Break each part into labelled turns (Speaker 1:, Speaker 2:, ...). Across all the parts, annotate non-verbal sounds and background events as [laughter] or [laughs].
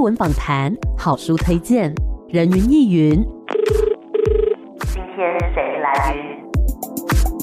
Speaker 1: 文访谈、好书推荐、人云亦云。
Speaker 2: 今天谁来云？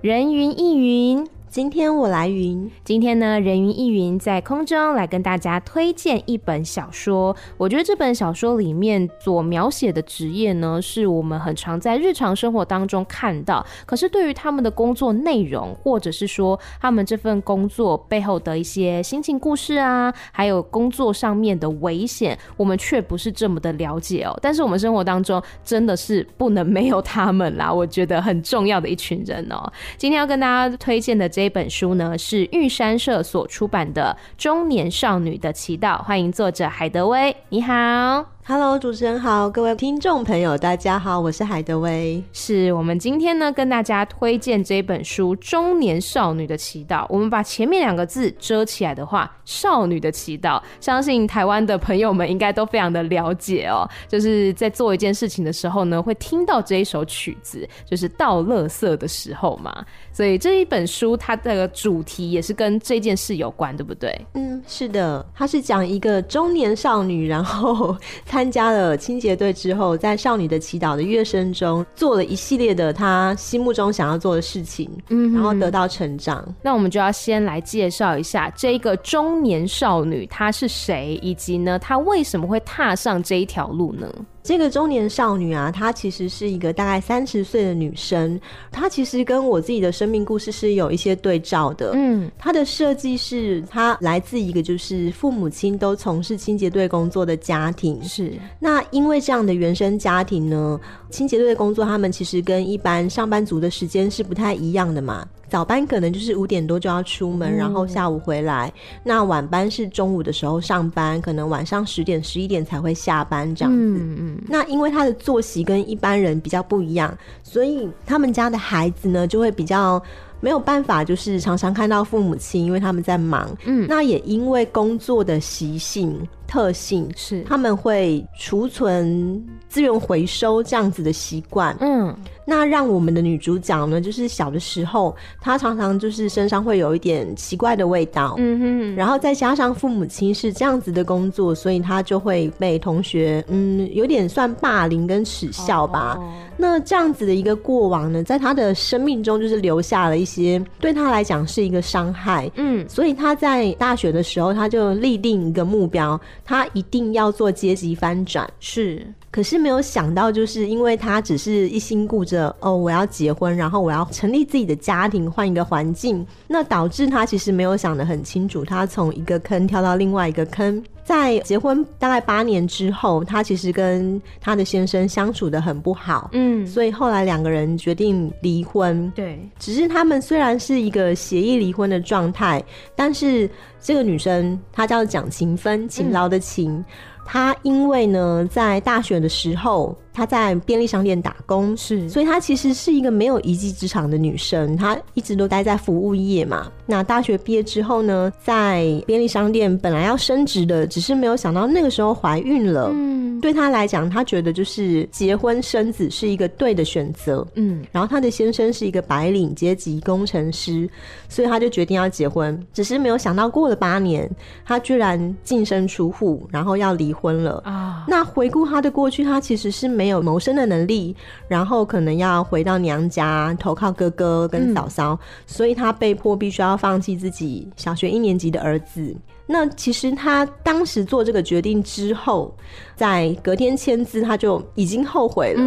Speaker 3: 人云亦云。
Speaker 4: 今天我来云，
Speaker 3: 今天呢，人云亦云在空中来跟大家推荐一本小说。我觉得这本小说里面所描写的职业呢，是我们很常在日常生活当中看到，可是对于他们的工作内容，或者是说他们这份工作背后的一些心情故事啊，还有工作上面的危险，我们却不是这么的了解哦。但是我们生活当中真的是不能没有他们啦，我觉得很重要的一群人哦。今天要跟大家推荐的这一本书呢，是玉山社所出版的《中年少女的祈祷》，欢迎作者海德威。你好，
Speaker 4: Hello，主持人好，各位听众朋友，大家好，我是海德威。
Speaker 3: 是我们今天呢跟大家推荐这本书《中年少女的祈祷》。我们把前面两个字遮起来的话，“少女的祈祷”，相信台湾的朋友们应该都非常的了解哦。就是在做一件事情的时候呢，会听到这一首曲子，就是倒垃圾的时候嘛。所以这一本书它的主题也是跟这件事有关，对不对？
Speaker 4: 嗯，是的，她是讲一个中年少女，然后参加了清洁队之后，在少女的祈祷的乐声中，做了一系列的她心目中想要做的事情，
Speaker 3: 嗯
Speaker 4: 然后得到成长。
Speaker 3: 那我们就要先来介绍一下这个中年少女她是谁，以及呢她为什么会踏上这一条路呢？
Speaker 4: 这个中年少女啊，她其实是一个大概三十岁的女生，她其实跟我自己的生命故事是有一些对照的。
Speaker 3: 嗯，
Speaker 4: 她的设计是她来自一个就是父母亲都从事清洁队工作的家庭，
Speaker 3: 是，
Speaker 4: 那因为这样的原生家庭呢，清洁队的工作，他们其实跟一般上班族的时间是不太一样的嘛。早班可能就是五点多就要出门，然
Speaker 3: 嗯
Speaker 4: 后下午回来。那晚班是中午的时候上班，可能晚上十点、十一点才会下班这样子。
Speaker 3: 嗯嗯，
Speaker 4: 那因为他的作息跟一般人比较不一样，所以他们家的孩子呢就会比较没有办法，就是常常看到父母亲，因为他们在忙。
Speaker 3: 嗯
Speaker 4: 那也因为工作的习性特性，
Speaker 3: 是，
Speaker 4: 他们会储存资源回收这样子的习惯。
Speaker 3: 嗯
Speaker 4: 那让我们的女主角呢，就是小的时候，她常常就是身上会有一点奇怪的味道。
Speaker 3: 嗯哼，
Speaker 4: 然后再加上父母亲是这样子的工作，所以她就会被同学，嗯，有点算霸凌跟耻笑
Speaker 3: 嗯
Speaker 4: 吧。
Speaker 3: 哦
Speaker 4: 那这样子的一个过往呢，在她的生命中就是留下了一些对她来讲是一个伤害，
Speaker 3: 嗯
Speaker 4: 所以他在大学的时候，他就立定一个目标，他一定要做阶级翻转。
Speaker 3: 是，
Speaker 4: 可是没有想到，就是因为他只是一心顾着哦，我要结婚，然后我要成立自己的家庭，换一个环境，那导致他其实没有想得很清楚，他从一个坑跳到另外一个坑。在结婚大概八年之后，他其实跟他的先生相处的很不好，
Speaker 3: 嗯
Speaker 4: 所以后来两个人决定离婚。
Speaker 3: 对，
Speaker 4: 只是他们虽然是一个协议离婚的状态，但是这个女生她叫蒋勤芬，勤劳的勤。
Speaker 3: 嗯
Speaker 4: 她因为呢，在大学的时候，她在便利商店打工，
Speaker 3: 是，
Speaker 4: 所以她其实是一个没有一技之长的女生。她一直都待在服务业嘛。那大学毕业之后呢，在便利商店本来要升职的，只是没有想到那个时候怀孕了。
Speaker 3: 嗯
Speaker 4: 对她来讲，她觉得就是结婚生子是一个对的选择。
Speaker 3: 嗯
Speaker 4: 然后她的先生是一个白领阶级工程师，所以她就决定要结婚。只是没有想到，过了八年，她居然净身出户，然后要离婚了。
Speaker 3: 啊，
Speaker 4: 那回顾她的过去，她其实是没有谋生的能力，然后可能要回到娘家投靠哥哥跟嫂嫂，所以她被迫必须要放弃自己小学一年级的儿子。那其实她当时做这个决定之后，在隔天签字，她就已经后悔了。
Speaker 3: 嗯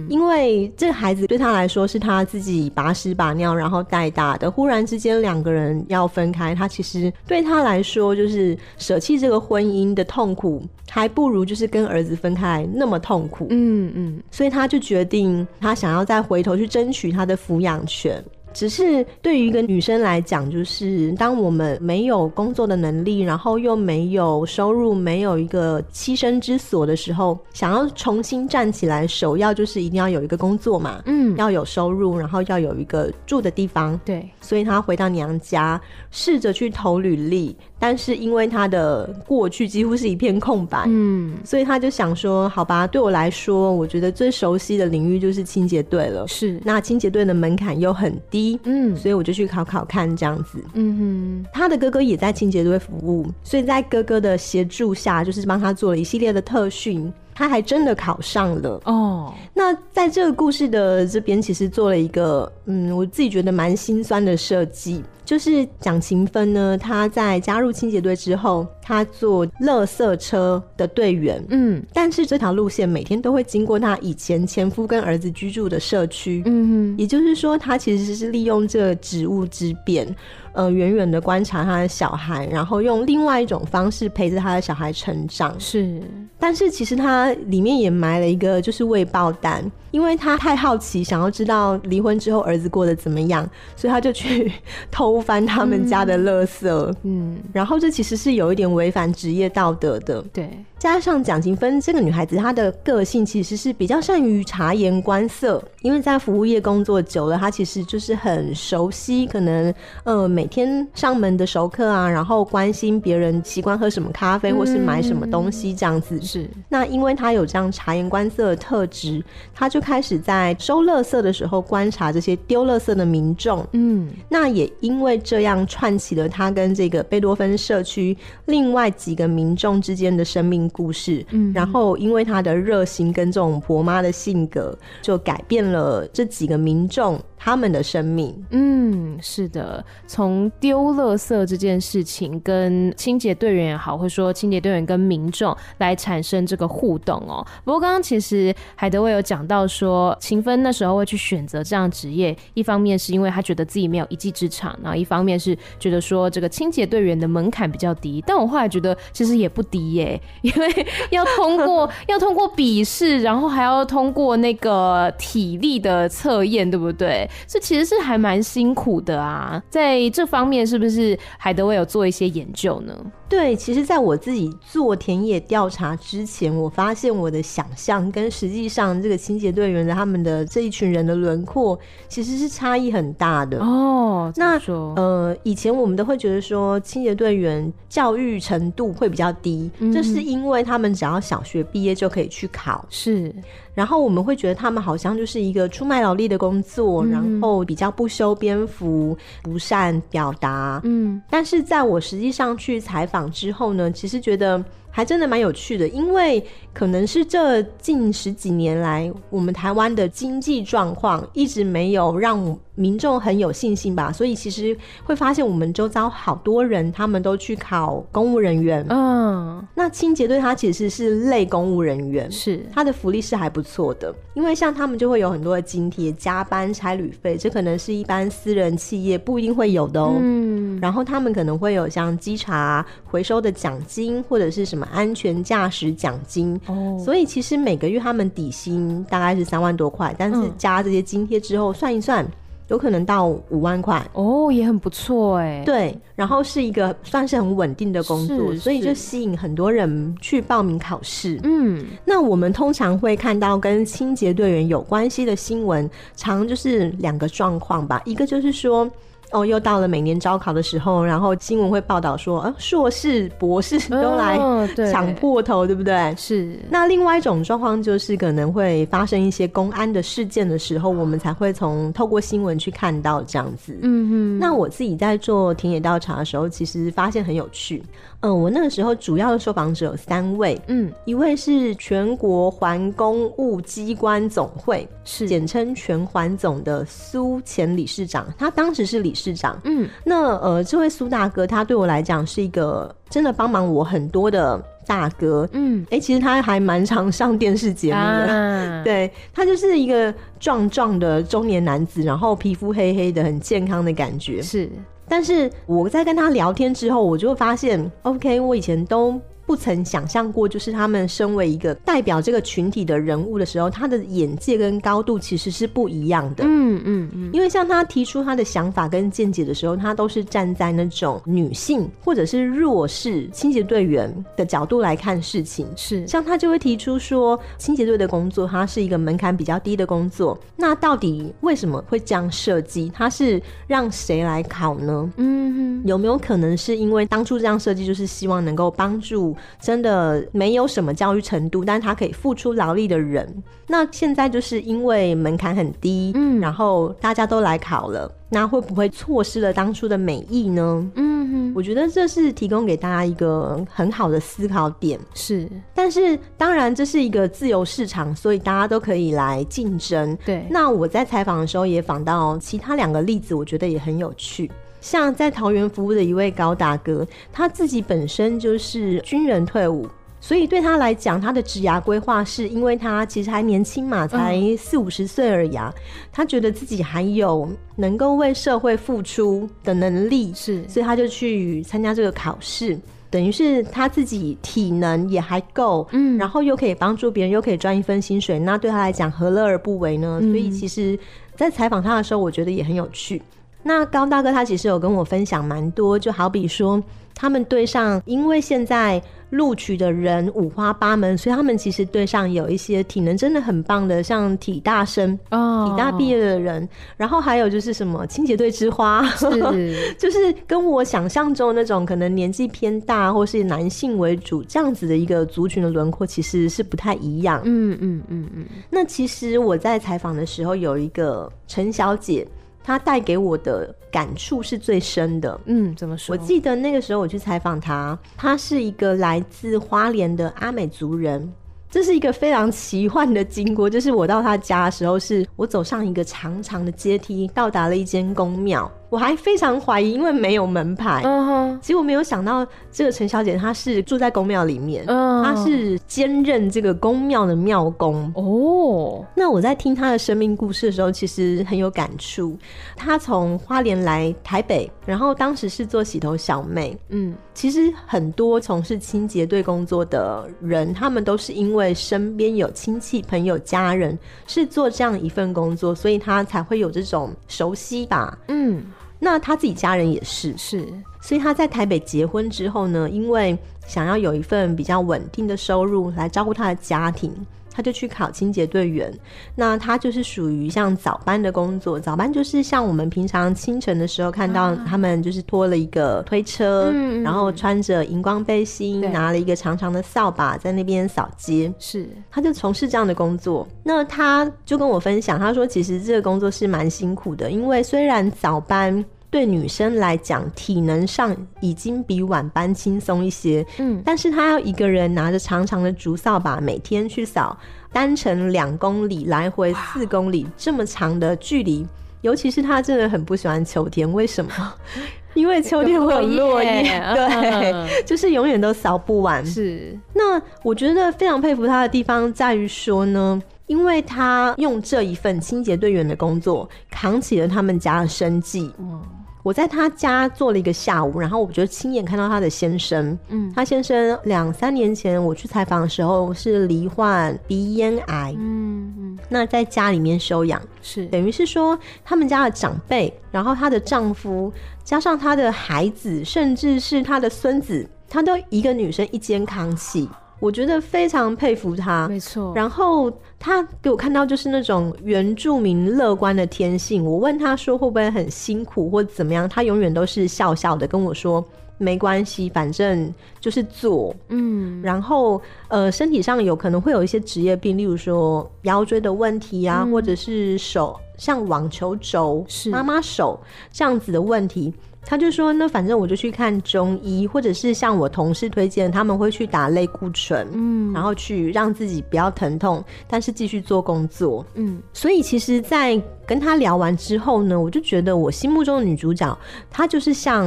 Speaker 3: 嗯
Speaker 4: 因为这个孩子对他来说是他自己把屎把尿然后带大的，忽然之间两个人要分开，他其实对他来说就是舍弃这个婚姻的痛苦，还不如就是跟儿子分开来那么痛苦。
Speaker 3: 嗯嗯，
Speaker 4: 所以他就决定，他想要再回头去争取他的抚养权。只是对于一个女生来讲，就是当我们没有工作的能力，然后又没有收入，没有一个栖身之所的时候，想要重新站起来，首要就是一定要有一个工作嘛，
Speaker 3: 嗯，
Speaker 4: 要有收入，然后要有一个住的地方。
Speaker 3: 对，
Speaker 4: 所以她回到娘家，试着去投履历，但是因为她的过去几乎是一片空白，
Speaker 3: 嗯，
Speaker 4: 所以她就想说，好吧，对我来说，我觉得最熟悉的领域就是清洁队了。
Speaker 3: 是，
Speaker 4: 那清洁队的门槛又很低，
Speaker 3: 嗯
Speaker 4: 所以我就去考考看这样子。
Speaker 3: 嗯
Speaker 4: 他的哥哥也在清洁队服务，所以在哥哥的协助下，就是帮他做了一系列的特训，他还真的考上了。
Speaker 3: 哼，哦，
Speaker 4: 那在这个故事的这边，其实做了一个，嗯，我自己觉得蛮心酸的设计，就是蒋勤芬呢，她在加入清洁队之后，她做垃圾车的队员，
Speaker 3: 嗯
Speaker 4: 但是这条路线每天都会经过她以前前夫跟儿子居住的社区，
Speaker 3: 嗯哼，
Speaker 4: 也就是说，他其实是利用这个职务之便，呃，远远的观察他的小孩，然后用另外一种方式陪着他的小孩成长。
Speaker 3: 是，
Speaker 4: 但是其实他里面也埋了一个就是未爆弹，因为他太好奇，想要知道离婚之后儿子过得怎么样，所以他就去 [laughs] 偷翻他们家的垃圾。
Speaker 3: 嗯，
Speaker 4: 然后这其实是有一点违反职业道德的，
Speaker 3: 对，
Speaker 4: 加上蒋勤芬这个女孩子，她的个性其实是比较善于察言观色，因为在服务业工作久了，她其实就是很熟悉，可能呃每天上门的熟客啊，然后关心别人习惯喝什么咖啡或是买什么东西这样子。
Speaker 3: 是，
Speaker 4: 那因为她有这样察言观色的特质，她就开始在收垃圾的时候观察这些丢垃圾的民众，
Speaker 3: 嗯
Speaker 4: 那也因为这样串起了他跟这个贝多芬社区另外几个民众之间的生命故事。
Speaker 3: 嗯
Speaker 4: 然后因为他的热心跟这种婆妈的性格，就改变了这几个民众他们的生命。
Speaker 3: 嗯，是的，从丢垃圾这件事情跟清洁队员也好，或说清洁队员跟民众来产生这个互动哦。不过刚刚其实海德威有讲到说，勤芬那时候会去选择这样职业，一方面是因为他觉得自己没有一技之长，然后一方面是觉得说这个清洁队员的门槛比较低。但我后来觉得其实也不低耶、因为要通过 [laughs] 要通过笔试，然后还要通过那个体力的测验，对不对？这其实是还蛮辛苦的啊。在这方面，是不是海德威有做一些研究呢？
Speaker 4: 对，其实在我自己做田野调查之前，我发现我的想象跟实际上这个清洁队员的他们的这一群人的轮廓其实是差异很大的。
Speaker 3: 哦，怎么
Speaker 4: 那
Speaker 3: 说，
Speaker 4: 呃，以前我们都会觉得说清洁队员教育程度会比较低，这是因为他们只要小学毕业就可以去考，
Speaker 3: 是，
Speaker 4: 然后我们会觉得他们好像就是一个出卖劳力的工作，然后比较不修边幅，不善表达。
Speaker 3: 嗯，
Speaker 4: 但是在我实际上去采访之后呢，其实觉得还真的蛮有趣的，因为可能是这近十几年来，我们台湾的经济状况一直没有让民众很有信心吧，所以其实会发现我们周遭好多人他们都去考公务人员，
Speaker 3: 嗯，
Speaker 4: 那清洁队它其实是类公务人员，
Speaker 3: 是，
Speaker 4: 它的福利是还不错的，因为像他们就会有很多的津贴、加班、差旅费，这可能是一般私人企业不一定会有的哦。
Speaker 3: 嗯，
Speaker 4: 然后他们可能会有像稽查回收的奖金，或者是什么安全驾驶奖金。
Speaker 3: 哦，
Speaker 4: 所以其实每个月他们底薪大概是三万多块，但是
Speaker 3: 嗯
Speaker 4: 加这些津贴之后算一算，有可能到五万块。
Speaker 3: 哦，也很不错哎。
Speaker 4: 对，然后是一个算是很稳定的工作，
Speaker 3: 是
Speaker 4: 所以
Speaker 3: 是
Speaker 4: 就吸引很多人去报名考试。
Speaker 3: 嗯，
Speaker 4: 那我们通常会看到跟清洁队员有关系的新闻，常就是两个状况吧，一个就是说。哦，又到了每年招考的时候，然后新闻会报道说，啊，硕士、博士都来
Speaker 3: 嗯对
Speaker 4: 抢破头，对不对？
Speaker 3: 是，
Speaker 4: 那另外一种状况就是，可能会发生一些公安的事件的时候，我们才会从透过新闻去看到这样子。
Speaker 3: 嗯
Speaker 4: 那我自己在做田野调查的时候，其实发现很有趣。嗯，我那个时候主要的受访者有三位，
Speaker 3: 哼，嗯，
Speaker 4: 一位是全国环公务机关总会，
Speaker 3: 是，
Speaker 4: 简称全环总的苏前理事长，他当时是理事长。
Speaker 3: 嗯，
Speaker 4: 那呃，这位苏大哥，他对我来讲是一个真的帮忙我很多的大哥。
Speaker 3: 嗯，
Speaker 4: 哎、其实他还蛮常上电视节目的。
Speaker 3: [laughs] 啊，
Speaker 4: 对他就是一个壮壮的中年男子，然后皮肤黑黑的，很健康的感觉。
Speaker 3: 是，
Speaker 4: 但是我在跟他聊天之后，我就会发现，OK，我以前都不不曾想象过，就是他们身为一个代表这个群体的人物的时候，他的眼界跟高度其实是不一样的。
Speaker 3: 嗯嗯嗯，
Speaker 4: 因为像他提出他的想法跟见解的时候，他都是站在那种女性或者是弱势清洁队员的角度来看事情。
Speaker 3: 是
Speaker 4: 像他就会提出说，清洁队的工作它是一个门槛比较低的工作，那到底为什么会这样设计？它是让谁来考呢？
Speaker 3: 嗯嗯
Speaker 4: 有没有可能是因为当初这样设计，就是希望能够帮助真的没有什么教育程度，但是他可以付出劳力的人？那现在就是因为门槛很低，
Speaker 3: 嗯
Speaker 4: 然后大家都来考了，那会不会错失了当初的美意呢？
Speaker 3: 嗯嗯，
Speaker 4: 我觉得这是提供给大家一个很好的思考点。
Speaker 3: 是
Speaker 4: 但是当然，这是一个自由市场，所以大家都可以来竞争。
Speaker 3: 对，
Speaker 4: 那我在采访的时候也访到其他两个例子，我觉得也很有趣。像在桃园服务的一位高大哥，他自己本身就是军人退伍，所以对他来讲，他的职涯规划是因为他其实还年轻嘛，才四五十岁而已啊，他觉得自己还有能够为社会付出的能力，
Speaker 3: 是
Speaker 4: 所以他就去参加这个考试。等于是他自己体能也还够，
Speaker 3: 嗯
Speaker 4: 然后又可以帮助别人，又可以赚一份薪水，那对他来讲何乐而不为呢？所以
Speaker 3: 嗯
Speaker 4: 其实，在采访他的时候，我觉得也很有趣。那高大哥他其实有跟我分享蛮多，就好比说他们队上，因为现在录取的人五花八门，所以他们其实队上有一些体能真的很棒的，像体大生、
Speaker 3: 哦
Speaker 4: 体大毕业的人，然后还有就是什么清洁队之花，
Speaker 3: 是
Speaker 4: 就是跟我想象中的那种可能年纪偏大或是男性为主这样子的一个族群的轮廓，其实是不太一样。
Speaker 3: 嗯嗯嗯嗯，
Speaker 4: 那其实我在采访的时候，有一个陈小姐，她带给我的感触是最深的。
Speaker 3: 嗯，怎么说？
Speaker 4: 我记得那个时候我去采访她，她是一个来自花莲的阿美族人。这是一个非常奇幻的经过，就是我到她家的时候是，我走上一个长长的阶梯，到达了一间宫庙，我还非常怀疑，因为没有门牌，
Speaker 3: 嗯哼，
Speaker 4: 结果没有想到，这个陈小姐她是住在宫庙里面，
Speaker 3: 嗯，
Speaker 4: 她是兼任这个宫庙的庙公。
Speaker 3: 哦，
Speaker 4: 那我在听她的生命故事的时候，其实很有感触。她从花莲来台北，然后当时是做洗头小妹。
Speaker 3: 嗯
Speaker 4: 其实很多从事清洁队工作的人，他们都是因为身边有亲戚、朋友、家人是做这样一份工作，所以他才会有这种熟悉吧。
Speaker 3: 嗯，
Speaker 4: 那他自己家人也是，
Speaker 3: 是
Speaker 4: 所以他在台北结婚之后呢，因为想要有一份比较稳定的收入来照顾他的家庭，他就去考清洁队员。那他就是属于像早班的工作，早班就是像我们平常清晨的时候看到他们就是拖了一个推车，
Speaker 3: 嗯嗯
Speaker 4: 然后穿着荧光背心，
Speaker 3: 对
Speaker 4: 拿了一个长长的扫把在那边扫街。
Speaker 3: 是，
Speaker 4: 他就从事这样的工作。那他就跟我分享，他说其实这个工作是蛮辛苦的，因为虽然早班。对女生来讲，体能上已经比晚班轻松一些，
Speaker 3: 嗯
Speaker 4: 但是她要一个人拿着长长的竹扫把，每天去扫单程两公里，来回四公里这么长的距离。尤其是她真的很不喜欢秋天，为什么？ [laughs] 因为秋天会有落叶，
Speaker 3: 嗯
Speaker 4: [laughs] 对，就是永远都扫不完。
Speaker 3: 是，
Speaker 4: 那我觉得非常佩服他的地方在于说呢，因为他用这一份清洁队员的工作扛起了他们家的生计。
Speaker 3: 嗯
Speaker 4: 我在他家做了一个下午，然后我就亲眼看到他的先生。
Speaker 3: 嗯
Speaker 4: 他先生两三年前我去采访的时候是罹患鼻咽癌，
Speaker 3: 嗯嗯，
Speaker 4: 那在家里面休养，
Speaker 3: 是，
Speaker 4: 等于是说他们家的长辈，然后她的丈夫，加上她的孩子，甚至是她的孙子，她都一个女生一肩扛起，我觉得非常佩服她。
Speaker 3: 没错，
Speaker 4: 啊然后她给我看到就是那种原住民乐观的天性。我问她说会不会很辛苦或怎么样，她永远都是笑笑的跟我说没关系，反正就是做。
Speaker 3: 嗯
Speaker 4: 然后呃，身体上有可能会有一些职业病，例如说腰椎的问题啊，或者是手像网球肘、
Speaker 3: 嗯是
Speaker 4: 妈妈手这样子的问题。他就说，那反正我就去看中医，或者是像我同事推荐，他们会去打类固醇，
Speaker 3: 嗯
Speaker 4: 然后去让自己不要疼痛，但是继续做工作。
Speaker 3: 嗯
Speaker 4: 所以其实，在跟她聊完之后呢，我就觉得我心目中的女主角，她就是像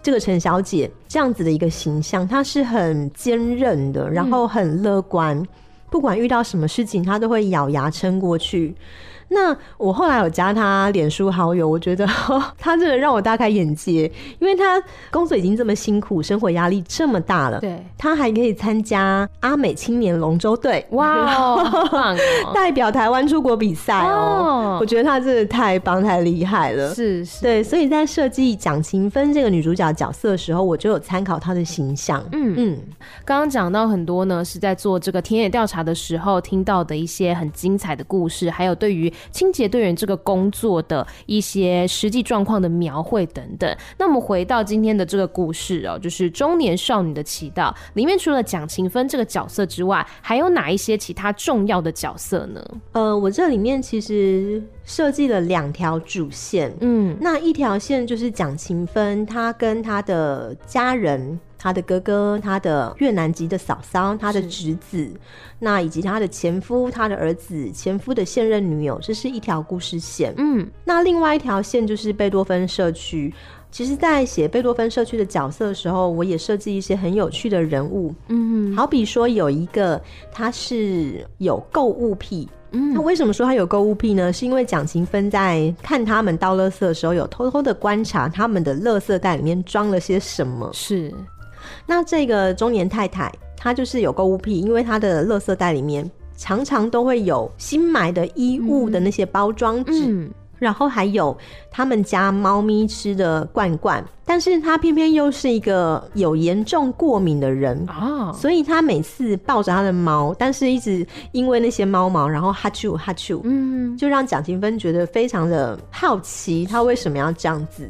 Speaker 4: 这个陈小姐这样子的一个形象，她是很坚韧的，然后很乐观，不管遇到什么事情，她都会咬牙撑过去。那我后来有加他脸书好友，我觉得 [laughs] 他真的让我大开眼界，因为他工作已经这么辛苦，生活压力这么大了，
Speaker 3: 对，
Speaker 4: 他还可以参加阿美青年龙舟队，
Speaker 3: 哇哦，好
Speaker 4: [laughs]
Speaker 3: 棒哦，
Speaker 4: 代表台湾出国比赛哦
Speaker 3: 哦。
Speaker 4: 我觉得他真的太棒太厉害了。
Speaker 3: 是是，
Speaker 4: 对，所以在设计蒋勤芬这个女主角角色的时候，我就有参考她的形象。
Speaker 3: 嗯。
Speaker 4: 嗯，
Speaker 3: 刚刚讲到很多呢，是在做这个田野调查的时候听到的一些很精彩的故事，还有对于清洁队员这个工作的一些实际状况的描绘等等。那我们回到今天的这个故事哦，就是《中年少女的祈祷》里面，除了蒋勤芬这个角色之外，还有哪一些其他重要的角色呢？
Speaker 4: 呃，我这里面其实设计了两条主线。
Speaker 3: 嗯，
Speaker 4: 那一条线就是蒋勤芬，她跟她的家人、她的哥哥、她的越南籍的嫂嫂、她的
Speaker 3: 是
Speaker 4: 侄子，那以及她的前夫、她的儿子、前夫的现任女友，这是一条故事线。
Speaker 3: 嗯，
Speaker 4: 那另外一条线就是贝多芬社区。其实，在写贝多芬社区的角色的时候，我也设计一些很有趣的人物，
Speaker 3: 嗯，
Speaker 4: 好比说有一个他是有购物癖。
Speaker 3: 嗯
Speaker 4: 那为什么说他有购物癖呢？是因为蒋勤芬在看他们倒垃圾的时候，有偷偷的观察他们的垃圾袋里面装了些什么。
Speaker 3: 是，
Speaker 4: 那这个中年太太，她就是有购物癖，因为她的垃圾袋里面常常都会有新买的衣物的那些包装纸，
Speaker 3: 嗯，
Speaker 4: 然后还有他们家猫咪吃的罐罐，但是他偏偏又是一个有严重过敏的人。
Speaker 3: 啊、哦，
Speaker 4: 所以他每次抱着他的猫，但是一直因为那些猫毛，然后哈啾哈啾，
Speaker 3: 嗯，
Speaker 4: 就让蒋勤芬觉得非常的好奇，他为什么要这样子。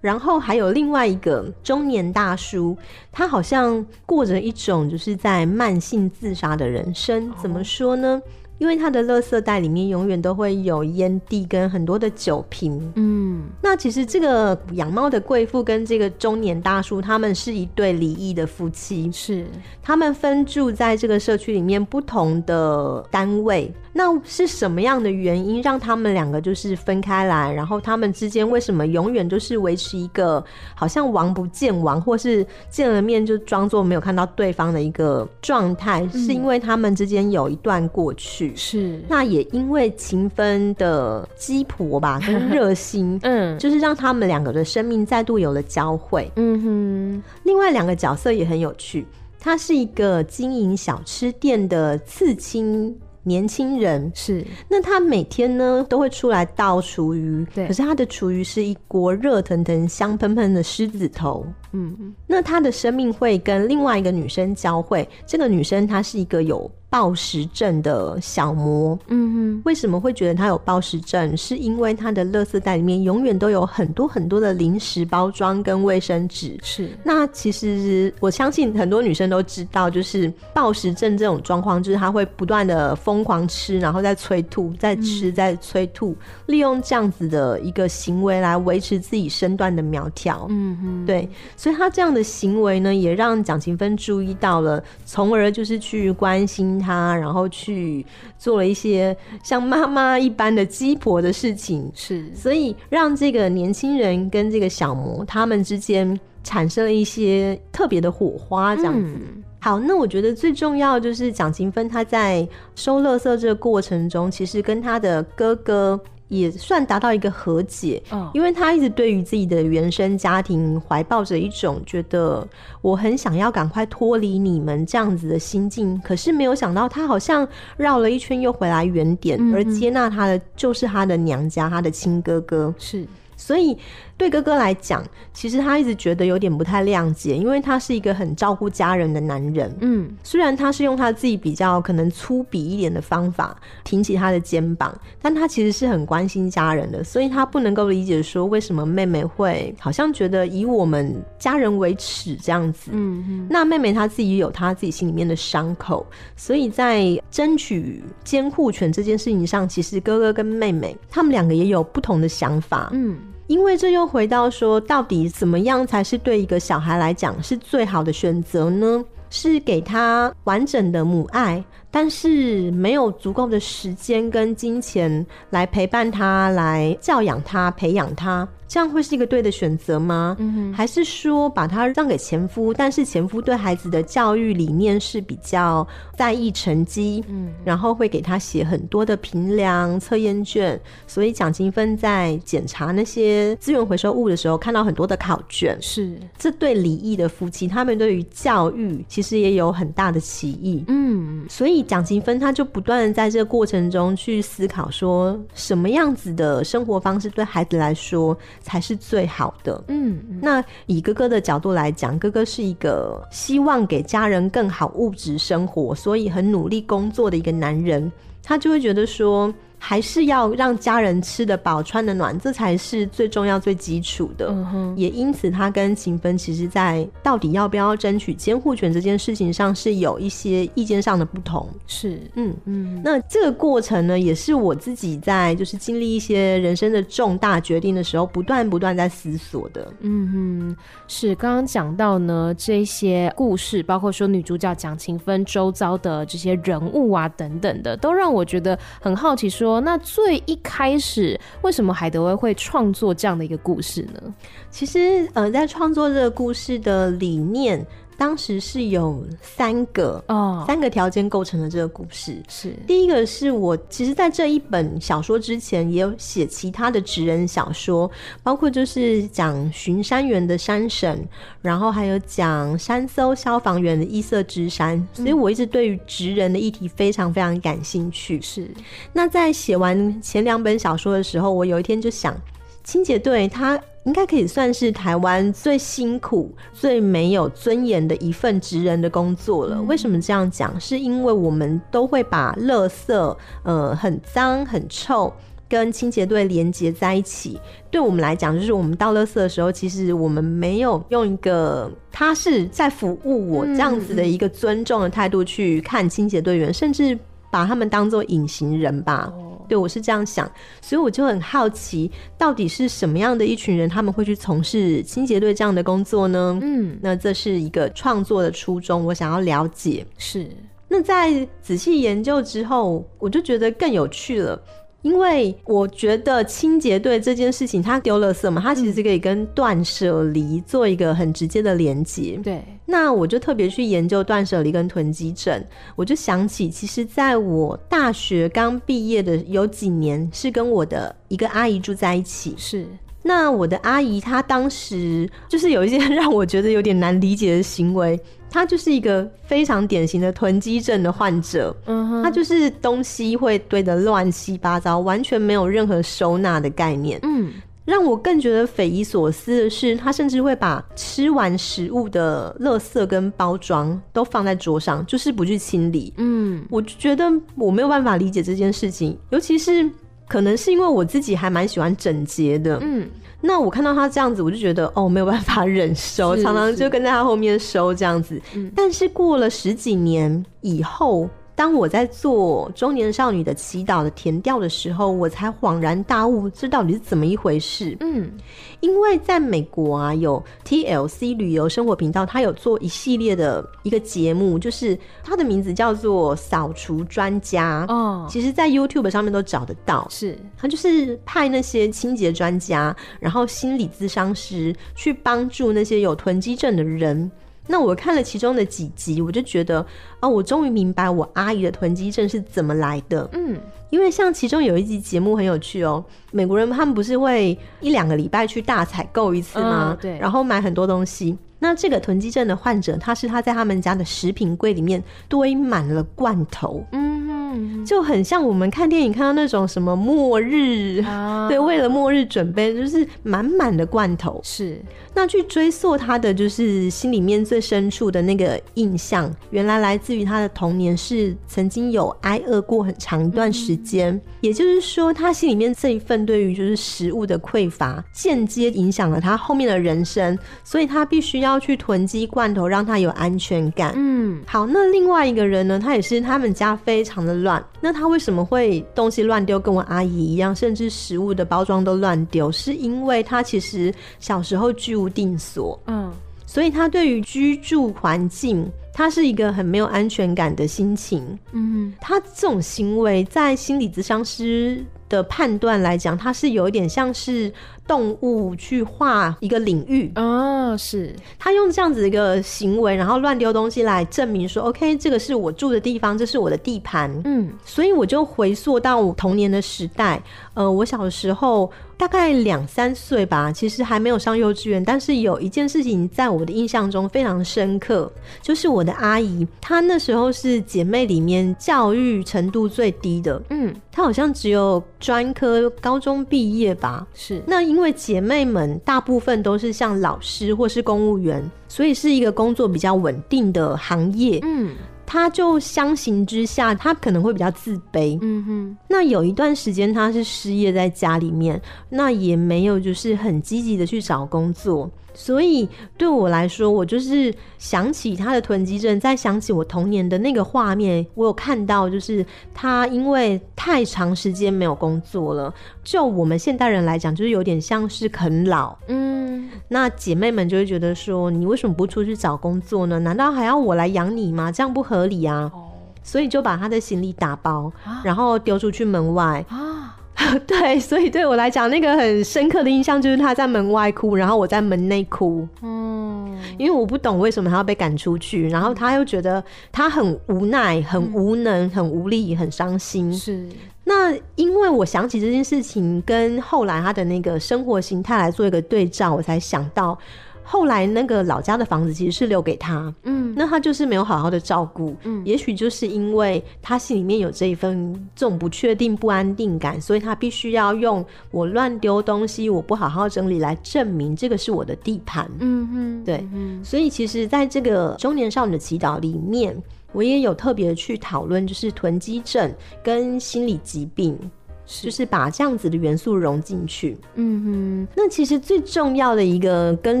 Speaker 4: 然后还有另外一个中年大叔，他好像过着一种就是在慢性自杀的人生。怎么说呢？因为他的垃圾袋里面永远都会有烟蒂跟很多的酒瓶。
Speaker 3: 嗯，
Speaker 4: 那其实这个养猫的贵妇跟这个中年大叔，他们是一对离异的夫妻。
Speaker 3: 是，
Speaker 4: 他们分住在这个社区里面不同的单位，那是什么样的原因让他们两个就是分开来？然后他们之间为什么永远就是维持一个好像王不见王，或是见了面就装作没有看到对方的一个状态？是因为他们之间有一段过去。
Speaker 3: 是，，
Speaker 4: 那也因为勤奋的鸡婆吧跟热心 [laughs]
Speaker 3: 嗯，
Speaker 4: 就是让他们两个的生命再度有了交汇。
Speaker 3: 嗯
Speaker 4: 另外两个角色也很有趣，他是一个经营小吃店的刺青。年轻人
Speaker 3: 哼，，是，
Speaker 4: 那他每天呢都会出来倒厨余，
Speaker 3: 对
Speaker 4: 可是他的厨余是一锅热腾腾、香喷喷的狮子头。
Speaker 3: 嗯，
Speaker 4: 那他的生命会跟另外一个女生交汇，这个女生她是一个有暴食症的小魔。
Speaker 3: 嗯哼。
Speaker 4: 为什么会觉得她有暴食症？是因为她的垃圾袋里面永远都有很多很多的零食包装跟卫生纸，
Speaker 3: 是，
Speaker 4: 那其实我相信很多女生都知道，就是暴食症这种状况，就是她会不断的疯狂吃，然后再催吐，再
Speaker 3: 嗯
Speaker 4: 吃，再催吐，利用这样子的一个行为来维持自己身段的苗条。
Speaker 3: 嗯哼，
Speaker 4: 对，所以她这样的行为呢，也让蒋勤芬注意到了，从而就是去关心她，然后去做了一些像妈妈一般的鸡婆的事情。
Speaker 3: 是，
Speaker 4: 所以让这个年轻人跟这个小魔他们之间产生了一些特别的火花，这样子。
Speaker 3: 嗯
Speaker 4: 好，那我觉得最重要就是蒋勤芬她在收垃圾这个过程中，其实跟她的哥哥也算达到一个和解。
Speaker 3: 哦，
Speaker 4: 因为她一直对于自己的原生家庭怀抱着一种觉得我很想要赶快脱离你们这样子的心境，可是没有想到她好像绕了一圈又回来原点，
Speaker 3: 嗯嗯
Speaker 4: 而接纳她的就是她的娘家，她的亲哥哥。
Speaker 3: 是，
Speaker 4: 所以对哥哥来讲，其实他一直觉得有点不太谅解，因为他是一个很照顾家人的男人。
Speaker 3: 嗯，
Speaker 4: 虽然他是用他自己比较可能粗鄙一点的方法挺起他的肩膀，但他其实是很关心家人的，所以他不能够理解说为什么妹妹会好像觉得以我们家人为耻这样子。
Speaker 3: 嗯哼，
Speaker 4: 那妹妹她自己也有她自己心里面的伤口，所以在争取监护权这件事情上，其实哥哥跟妹妹他们两个也有不同的想法。
Speaker 3: 嗯，
Speaker 4: 因为这又回到说，到底怎么样才是对一个小孩来讲是最好的选择呢？是给他完整的母爱，但是没有足够的时间跟金钱来陪伴他、来教养他、培养他，这样会是一个对的选择吗？
Speaker 3: 嗯哼，
Speaker 4: 还是说把他让给前夫？但是前夫对孩子的教育理念是比较在意成绩，
Speaker 3: 嗯，
Speaker 4: 然后会给他写很多的评量测验卷，所以奖金分在检查那些资源回收物的时候，看到很多的考卷。
Speaker 3: 是，
Speaker 4: 这对离异的夫妻，他们对于教育其实也有很大的歧义。
Speaker 3: 嗯
Speaker 4: 所以蒋勤芬她就不断的在这个过程中去思考，说什么样子的生活方式对孩子来说才是最好的。
Speaker 3: 嗯嗯
Speaker 4: 那以哥哥的角度来讲，哥哥是一个希望给家人更好物质生活，所以很努力工作的一个男人，他就会觉得说，还是要让家人吃得饱、穿得暖，这才是最重要、最基础的。
Speaker 3: 嗯哼，
Speaker 4: 也因此，他跟秦芬其实，在到底要不要争取监护权这件事情上，是有一些意见上的不同。
Speaker 3: 是，
Speaker 4: 嗯，
Speaker 3: 嗯
Speaker 4: 那这个过程呢，也是我自己在就是经历一些人生的重大决定的时候，不断不断在思索的。
Speaker 3: 嗯哼，是刚刚讲到呢，这些故事，包括说女主角蒋勤芬周遭的这些人物啊等等的，都让我觉得很好奇说那最一开始为什么海德威会创作这样的一个故事呢？
Speaker 4: 其实，呃，在创作这个故事的理念，当时是有三个、
Speaker 3: 哦，
Speaker 4: 三个条件构成的这个故事。
Speaker 3: 是，
Speaker 4: 第一个是我其实，在这一本小说之前，也有写其他的职人小说，包括就是讲巡山员的山神，然后还有讲山搜消防员的异色之山，所以我一直对于职人的议题非常非常感兴趣。
Speaker 3: 是，
Speaker 4: 那在写完前两本小说的时候，我有一天就想，清洁队它应该可以算是台湾最辛苦、最没有尊严的一份职人的工作了。为什么这样讲？是因为我们都会把垃圾，呃，很脏、很臭。跟清洁队连接在一起，对我们来讲，就是我们倒垃圾的时候，其实我们没有用一个他是在服务我这样子的一个尊重的态度去看清洁队员，甚至把他们当做隐形人吧。
Speaker 3: 哦
Speaker 4: 对我是这样想，所以我就很好奇，到底是什么样的一群人，他们会去从事清洁队这样的工作呢？
Speaker 3: 嗯，
Speaker 4: 那这是一个创作的初衷，我想要了解。
Speaker 3: 是，
Speaker 4: 那在仔细研究之后，我就觉得更有趣了。因为我觉得清洁队这件事情，它丢垃圾嘛，它其实可以跟断舍离做一个很直接的连接。
Speaker 3: 对，
Speaker 4: 那我就特别去研究断舍离跟囤积症，我就想起，其实在我大学刚毕业的有几年，是跟我的一个阿姨住在一起。
Speaker 3: 是，
Speaker 4: 那我的阿姨她当时就是有一些让我觉得有点难理解的行为，她就是一个非常典型的囤积症的患者，
Speaker 3: 嗯哼，
Speaker 4: 她就是东西会堆得乱七八糟，完全没有任何收纳的概念。
Speaker 3: 嗯，
Speaker 4: 让我更觉得匪夷所思的是，他甚至会把吃完食物的垃圾跟包装都放在桌上，就是不去清理。
Speaker 3: 嗯，
Speaker 4: 我就觉得我没有办法理解这件事情，尤其是可能是因为我自己还蛮喜欢整洁的，
Speaker 3: 嗯，
Speaker 4: 那我看到他这样子，我就觉得哦，没有办法忍受，
Speaker 3: 是
Speaker 4: 常常
Speaker 3: 是嗯
Speaker 4: 就跟在他后面收这样子。但是过了十几年以后，当我在做中年少女的祈祷的填调的时候，我才恍然大悟，这到底是怎么一回事？
Speaker 3: 嗯，
Speaker 4: 因为在美国啊，有 TLC 旅游生活频道，它有做一系列的一个节目，就是它的名字叫做“扫除专家”。
Speaker 3: 哦，
Speaker 4: 其实，在 YouTube 上面都找得到。
Speaker 3: 是，
Speaker 4: 他就是派那些清洁专家，然后心理咨商师去帮助那些有囤积症的人。那我看了其中的几集，我就觉得，哦，我终于明白我阿姨的囤积症是怎么来的。
Speaker 3: 嗯，
Speaker 4: 因为像其中有一集节目很有趣哦，美国人他们不是会一两个礼拜去大采购一次吗？
Speaker 3: 嗯对
Speaker 4: 然后买很多东西。那这个囤积症的患者，他是他在他们家的食品柜里面堆满了罐头，
Speaker 3: 嗯
Speaker 4: 就很像我们看电影看到那种什么末日
Speaker 3: 哼，
Speaker 4: [laughs]
Speaker 3: 啊，
Speaker 4: 对，，为了末日准备，就是满满的罐头。
Speaker 3: 是，
Speaker 4: 那去追溯他的，就是心里面最深处的那个印象，原来来自于他的童年是曾经有挨饿过很长一段时间。也就是说，他心里面这一份对于就是食物的匮乏，间接影响了他后面的人生，所以他必须要去囤积罐头，让他有安全感。
Speaker 3: 嗯，
Speaker 4: 好，那另外一个人呢？他也是他们家非常的乱。那他为什么会东西乱丢，跟我阿姨一样，甚至食物的包装都乱丢？是因为他其实小时候居无定所，
Speaker 3: 嗯，
Speaker 4: 所以他对于居住环境，他是一个很没有安全感的心情。
Speaker 3: 嗯，
Speaker 4: 他这种行为在心理咨商师的判断来讲，他是有一点像是动物去画一个领域，
Speaker 3: 哦，是，
Speaker 4: 他用这样子一个行为，然后乱丢东西来证明说，OK，这个是我住的地方，这是我的地盘。
Speaker 3: 嗯
Speaker 4: 所以我就回溯到我童年的时代，呃，我小时候大概两三岁吧，其实还没有上幼稚园，但是有一件事情在我的印象中非常深刻，就是我的阿姨，她那时候是姐妹里面教育程度最低的，
Speaker 3: 嗯，
Speaker 4: 她好像只有专科高中毕业吧，
Speaker 3: 是，
Speaker 4: 那因为姐妹们大部分都是像老师或是公务员，所以是一个工作比较稳定的行业。
Speaker 3: 嗯
Speaker 4: 她就相形之下，她可能会比较自卑。
Speaker 3: 嗯哼，
Speaker 4: 那有一段时间她是失业在家里面，那也没有就是很积极的去找工作。所以对我来说，我就是想起她的囤积症，再想起我童年的那个画面，我有看到，就是她因为太长时间没有工作了，就我们现代人来讲，就是有点像是啃老。
Speaker 3: 嗯
Speaker 4: 那姐妹们就会觉得说，你为什么不出去找工作呢？难道还要我来养你吗？这样不合理啊！
Speaker 3: 哦
Speaker 4: 所以就把她的行李打包
Speaker 3: 啊，
Speaker 4: 然后丢出去门外。
Speaker 3: 啊，
Speaker 4: [laughs] 对，所以对我来讲，那个很深刻的印象就是她在门外哭，然后我在门内哭，
Speaker 3: 嗯
Speaker 4: 因为我不懂为什么她要被赶出去，然后她又觉得她很无奈、很无能、很无力、很伤心。
Speaker 3: 是，
Speaker 4: 那因为我想起这件事情，跟后来他的那个生活形态来做一个对照，我才想到，后来那个老家的房子其实是留给他，
Speaker 3: 嗯
Speaker 4: 那他就是没有好好的照顾，
Speaker 3: 嗯
Speaker 4: 也许就是因为他心里面有这一份这种不确定、不安定感，所以他必须要用我乱丢东西，我不好好整理来证明这个是我的地盘，
Speaker 3: 嗯哼，
Speaker 4: 对
Speaker 3: 嗯
Speaker 4: 所以其实在这个中年少女的祈祷里面，我也有特别去讨论，就是囤积症跟心理疾病，就是把这样子的元素融进去。
Speaker 3: 嗯
Speaker 4: 那其实最重要的一个跟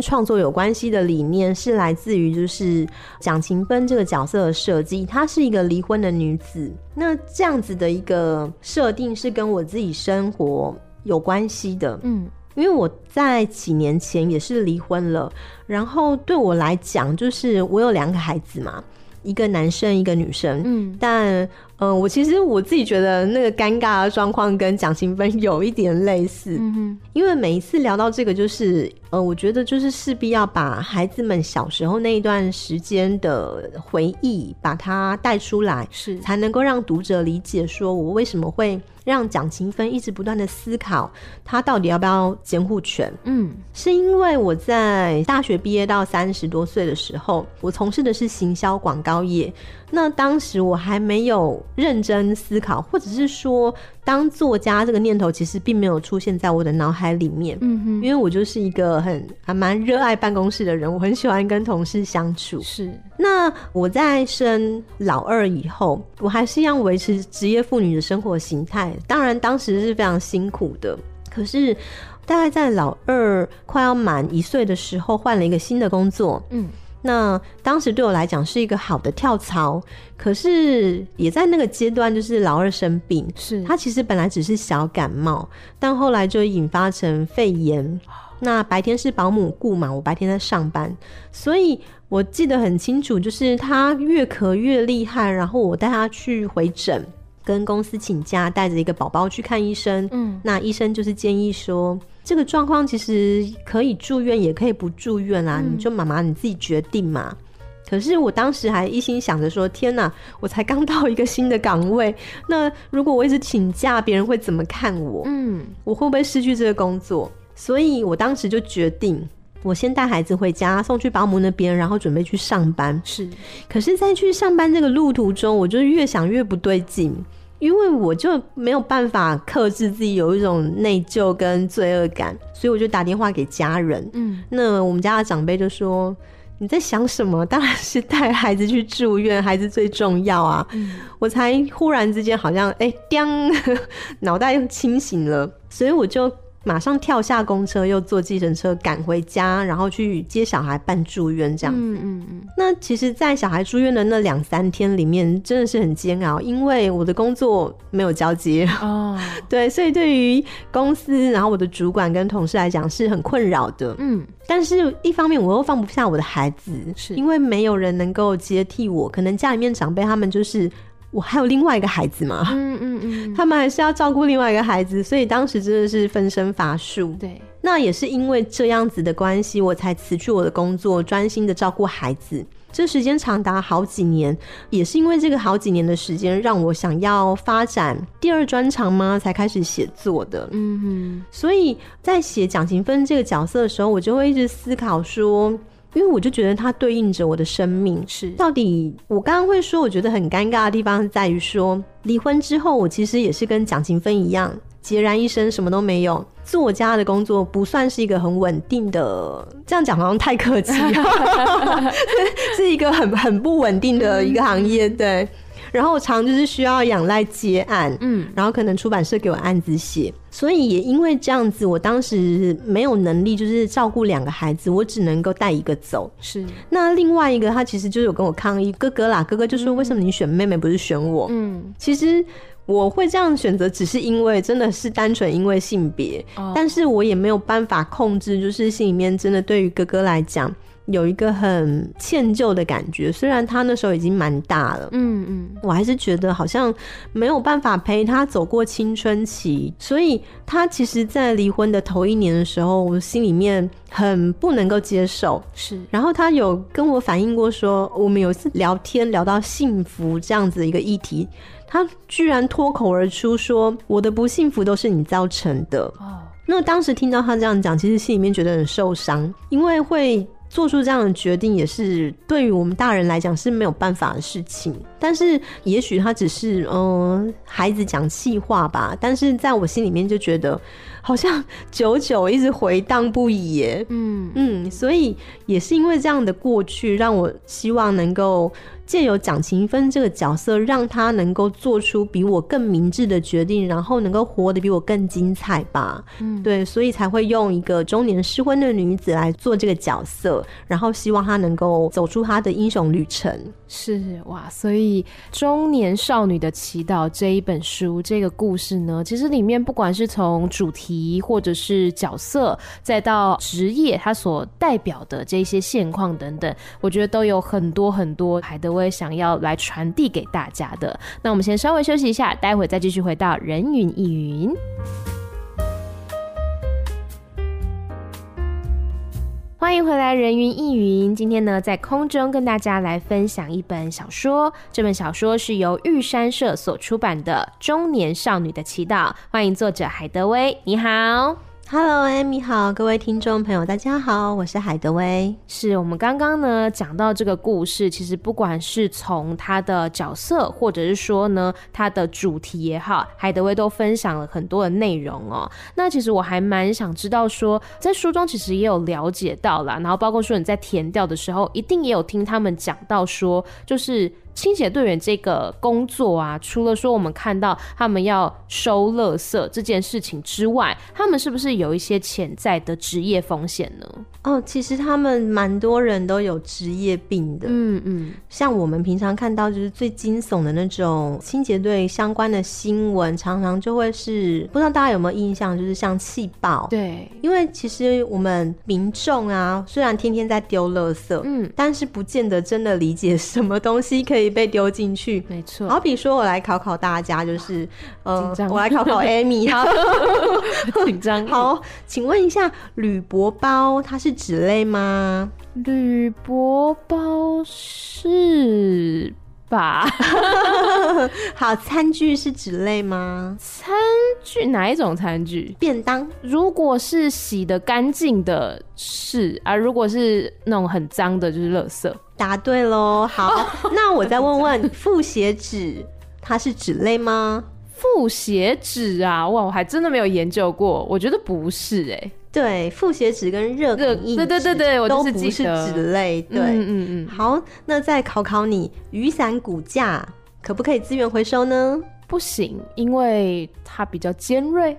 Speaker 4: 创作有关系的理念，是来自于就是蒋勤芬这个角色的设计，她是一个离婚的女子。那这样子的一个设定是跟我自己生活有关系的
Speaker 3: 哼，，嗯
Speaker 4: 因为我在几年前也是离婚了，然后对我来讲，就是我有两个孩子嘛，一个男生，一个女生。
Speaker 3: 嗯
Speaker 4: 但嗯、呃我其实我自己觉得那个尴尬的状况跟蒋勤芬有一点类似，
Speaker 3: 嗯哼，
Speaker 4: 因为每一次聊到这个，就是呃，我觉得就是势必要把孩子们小时候那一段时间的回忆把它带出来，
Speaker 3: 是，
Speaker 4: 才能够让读者理解，说我为什么会让蒋勤芬一直不断的思考，她到底要不要监护权。
Speaker 3: 嗯
Speaker 4: 是因为我在大学毕业到三十多岁的时候，我从事的是行销广告业。那当时我还没有认真思考，或者是说，当作家这个念头其实并没有出现在我的脑海里面。
Speaker 3: 嗯哼，
Speaker 4: 因为我就是一个很还蛮热爱办公室的人，我很喜欢跟同事相处。
Speaker 3: 是，
Speaker 4: 那我在生老二以后，我还是一样维持职业妇女的生活形态。当然，当时是非常辛苦的，可是。大概在老二快要满一岁的时候，换了一个新的工作。
Speaker 3: 嗯
Speaker 4: 那当时对我来讲是一个好的跳槽，可是也在那个阶段，就是老二生病，
Speaker 3: 是，
Speaker 4: 他其实本来只是小感冒，但后来就引发成肺炎。那白天是保姆雇嘛，我白天在上班，所以我记得很清楚，就是他越咳越厉害，然后我带他去回诊，跟公司请假，带着一个宝宝去看医生。
Speaker 3: 嗯
Speaker 4: 那医生就是建议说，这个状况其实可以住院，也可以不住院啊，
Speaker 3: 嗯
Speaker 4: 你就妈妈你自己决定嘛。可是我当时还一心想着说，天哪，我才刚到一个新的岗位，那如果我一直请假，别人会怎么看我？
Speaker 3: 嗯
Speaker 4: 我会不会失去这个工作？所以我当时就决定，我先带孩子回家，送去保姆那边，然后准备去上班。
Speaker 3: 是，
Speaker 4: 可是，在去上班这个路途中，我就越想越不对劲，因为我就没有办法克制自己有一种内疚跟罪恶感，所以我就打电话给家人。
Speaker 3: 嗯
Speaker 4: 那我们家的长辈就说：“你在想什么？当然是带孩子去住院，孩子最重要啊！”
Speaker 3: 嗯
Speaker 4: 我 [laughs] 才忽然之间好像哎，当、叮脑袋又清醒了，所以我就马上跳下公车，又坐计程车赶回家，然后去接小孩办住院这样子。
Speaker 3: 嗯嗯嗯，
Speaker 4: 那其实，在小孩住院的那两三天里面，真的是很煎熬，因为我的工作没有交接， [laughs]
Speaker 3: 哦，
Speaker 4: 对，所以对于公司，然后我的主管跟同事来讲是很困扰的。
Speaker 3: 嗯
Speaker 4: 但是，一方面我又放不下我的孩子，
Speaker 3: 是
Speaker 4: 因为没有人能够接替我，可能家里面长辈他们就是我还有另外一个孩子嘛，
Speaker 3: 嗯嗯嗯，
Speaker 4: 他们还是要照顾另外一个孩子，所以当时真的是分身乏术。
Speaker 3: 对，
Speaker 4: 那也是因为这样子的关系，我才辞去我的工作，专心的照顾孩子。这时间长达好几年，也是因为这个好几年的时间，让我想要发展第二专长吗？才开始写作的。
Speaker 3: 嗯
Speaker 4: 所以在写蒋勤芬这个角色的时候，我就会一直思考说，因为我就觉得它对应着我的生命
Speaker 3: 哼，。是，
Speaker 4: 到底我刚刚会说，我觉得很尴尬的地方是在于说，离婚之后，我其实也是跟蒋勤芬一样，孑然一身，什么都没有。作家的工作不算是一个很稳定的，这样讲好像太客气了， [laughs] 是一个很很不稳定的一个行业，对。然后我常就是需要仰赖接案，
Speaker 3: 嗯
Speaker 4: 然后可能出版社给我案子写，所以也因为这样子，我当时没有能力就是照顾两个孩子，我只能够带一个走。
Speaker 3: 是，
Speaker 4: 那另外一个他其实就是有跟我抗议，哥哥啦，哥哥就说为什么你选妹妹不是选我？
Speaker 3: 嗯，
Speaker 4: 其实我会这样选择，只是因为真的是单纯因为性别，
Speaker 3: 哦
Speaker 4: 但是我也没有办法控制，就是心里面真的对于哥哥来讲有一个很歉疚的感觉，虽然他那时候已经蛮大了。
Speaker 3: 嗯嗯
Speaker 4: 我还是觉得好像没有办法陪他走过青春期，所以他其实，在离婚的头一年的时候，我心里面很不能够接受。
Speaker 3: 是，
Speaker 4: 然后他有跟我反映过说，我们有一次聊天聊到幸福这样子的一个议题，他居然脱口而出说：“我的不幸福都是你造成的。
Speaker 3: 哦，”
Speaker 4: 那当时听到他这样讲，其实心里面觉得很受伤，因为会做出这样的决定，也是对于我们大人来讲是没有办法的事情。但是也许他只是嗯、呃孩子讲气话吧，但是在我心里面就觉得好像久久一直回荡不已耶。
Speaker 3: 嗯
Speaker 4: 嗯，所以也是因为这样的过去，让我希望能够借由蒋勤芬这个角色，让她能够做出比我更明智的决定，然后能够活得比我更精彩吧。
Speaker 3: 嗯，
Speaker 4: 对，所以才会用一个中年失婚的女子来做这个角色，然后希望她能够走出她的英雄旅程。
Speaker 3: 是哇，所以《中年少女的祈祷》这一本书，这个故事呢，其实里面不管是从主题，或者是角色，再到职业，它所代表的这些现况等等，我觉得都有很多很多海德威想要来传递给大家的。那我们先稍微休息一下，待会再继续回到人云亦云。欢迎回来，人云亦云。今天呢，在空中跟大家来分享一本小说，这本小说是由玉山社所出版的《中年少女的祈祷》。欢迎作者海德威，你好。
Speaker 4: Hello，艾米好，各位听众朋友，大家好，我是海德薇。
Speaker 3: 是我们刚刚呢讲到这个故事，其实不管是从他的角色，或者是说呢他的主题也好，海德威都分享了很多的内容哦。那其实我还蛮想知道说，在书中其实也有了解到啦，然后包括说你在填调的时候，一定也有听他们讲到说，就是。清洁队员这个工作啊，除了说我们看到他们要收垃圾这件事情之外，他们是不是有一些潜在的职业风险呢？
Speaker 4: 哦，其实他们蛮多人都有职业病的，
Speaker 3: 嗯嗯，
Speaker 4: 像我们平常看到就是最惊悚的那种清洁队相关的新闻，常常就会是不知道大家有没有印象，就是像气爆。，
Speaker 3: 对，
Speaker 4: 因为其实我们民众啊，虽然天天在丢垃圾，
Speaker 3: 嗯，
Speaker 4: 但是不见得真的理解什么东西可以被丢进去。
Speaker 3: 没错。
Speaker 4: 好比说，我来考考大家，就是呃
Speaker 3: 紧张，
Speaker 4: 我来考考
Speaker 3: [laughs]
Speaker 4: Amy 好。
Speaker 3: [laughs] 紧张。
Speaker 4: 好，请问一下，铝箔包它是纸类吗？
Speaker 3: [laughs] 铝箔包是
Speaker 4: [laughs]
Speaker 3: 吧？
Speaker 4: 好，餐具是纸类吗？
Speaker 3: 餐具哪一种餐具？
Speaker 4: 便当
Speaker 3: 如果是洗的干净的是啊，如果是那种很脏的，就是垃圾。
Speaker 4: 答对喽。
Speaker 3: [laughs]
Speaker 4: 好，那我再问问，复写纸它是纸类吗？
Speaker 3: 复写纸啊，哇，我还真的没有研究过，我觉得不是哎、
Speaker 4: 对，复写纸跟热
Speaker 3: 热
Speaker 4: 感应
Speaker 3: 对对对
Speaker 4: 纸
Speaker 3: 对我
Speaker 4: 都
Speaker 3: 就是
Speaker 4: 不
Speaker 3: 记
Speaker 4: 是
Speaker 3: 得
Speaker 4: 纸类。对，
Speaker 3: 嗯嗯嗯，
Speaker 4: 好，那再考考你，雨伞骨架可不可以资
Speaker 3: [laughs]
Speaker 4: 源回收呢？
Speaker 3: 不行，因为它比较尖锐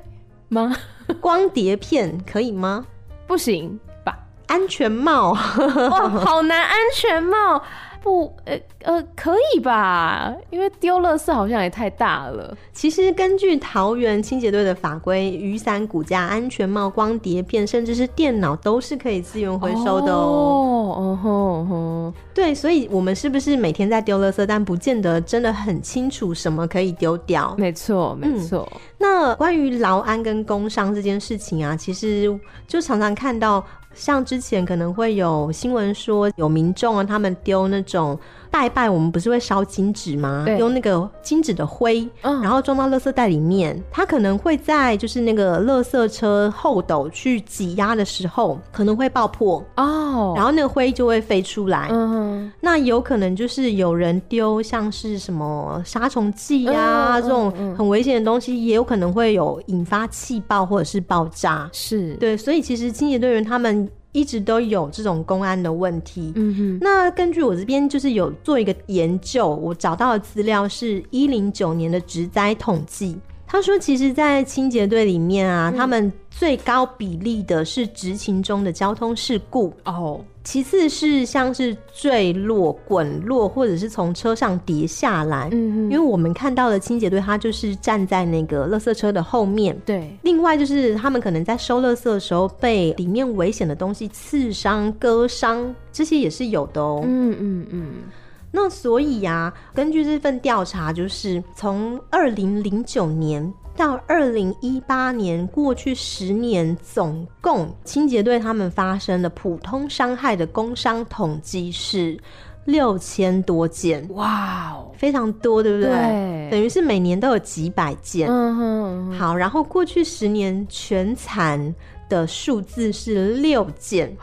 Speaker 3: 吗？ [laughs]
Speaker 4: 光光碟片可以吗？
Speaker 3: 不行吧？
Speaker 4: 安全帽 [laughs]
Speaker 3: 哇，好难！安全帽不，呃呃，可以吧？因为丢垃圾好像也太大了。
Speaker 4: 其实根据桃园清洁队的法规，雨伞、骨架、安全帽、光碟片，甚至是电脑，都是可以资源回收的哦。
Speaker 3: 哦，哦吼哦
Speaker 4: 对，所以我们是不是每天在丢垃圾，但不见得真的很清楚什么可以丢掉
Speaker 3: 吼，？没错，
Speaker 4: 嗯
Speaker 3: 没错。
Speaker 4: 那关于劳安跟工伤这件事情啊，其实就常常看到，像之前可能会有新闻说，有民众啊，他们丢那种拜拜，我们不是会烧金纸吗？
Speaker 3: 对
Speaker 4: 用那个金纸的灰，
Speaker 3: 嗯
Speaker 4: 然后装到垃圾袋里面。他可能会在就是那个垃圾车后斗去挤压的时候，可能会爆破，
Speaker 3: 哦，
Speaker 4: 然后那个灰就会飞出来。
Speaker 3: 嗯哼，
Speaker 4: 那有可能就是有人丢像是什么杀虫剂啊、
Speaker 3: 嗯嗯
Speaker 4: 这种
Speaker 3: 嗯
Speaker 4: 很危险的东西，也有可能会有引发气爆或者是爆炸。
Speaker 3: 是，，
Speaker 4: 对，所以其实清洁队员他们一直都有这种公安的问题。
Speaker 3: 嗯哼，
Speaker 4: 那根据我这边就是有做一个研究，我找到的资料是一零九年的植灾统计。他说，其实，在清洁队里面
Speaker 3: 嗯
Speaker 4: 啊，他们最高比例的是执勤中的交通事故。
Speaker 3: 哦，
Speaker 4: 其次是像是坠落、滚落，或者是从车上跌下来。
Speaker 3: 嗯哼，
Speaker 4: 因为我们看到的清洁队，他就是站在那个垃圾车的后面。
Speaker 3: 对，
Speaker 4: 另外就是他们可能在收垃圾的时候被里面危险的东西刺伤、割伤，这些也是有的哦。
Speaker 3: 嗯嗯嗯，
Speaker 4: 那所以呀、根据这份调查，就是从二零零九年到二零一八年，过去十年总共清洁队他们发生的普通伤害的工伤统计是六千多件，
Speaker 3: 哇哦，
Speaker 4: 非常多，对不对？
Speaker 3: 对
Speaker 4: 等于是每年都有几百件。
Speaker 3: 嗯哼，嗯哼
Speaker 4: 好，然后过去十年全残的数字是六件，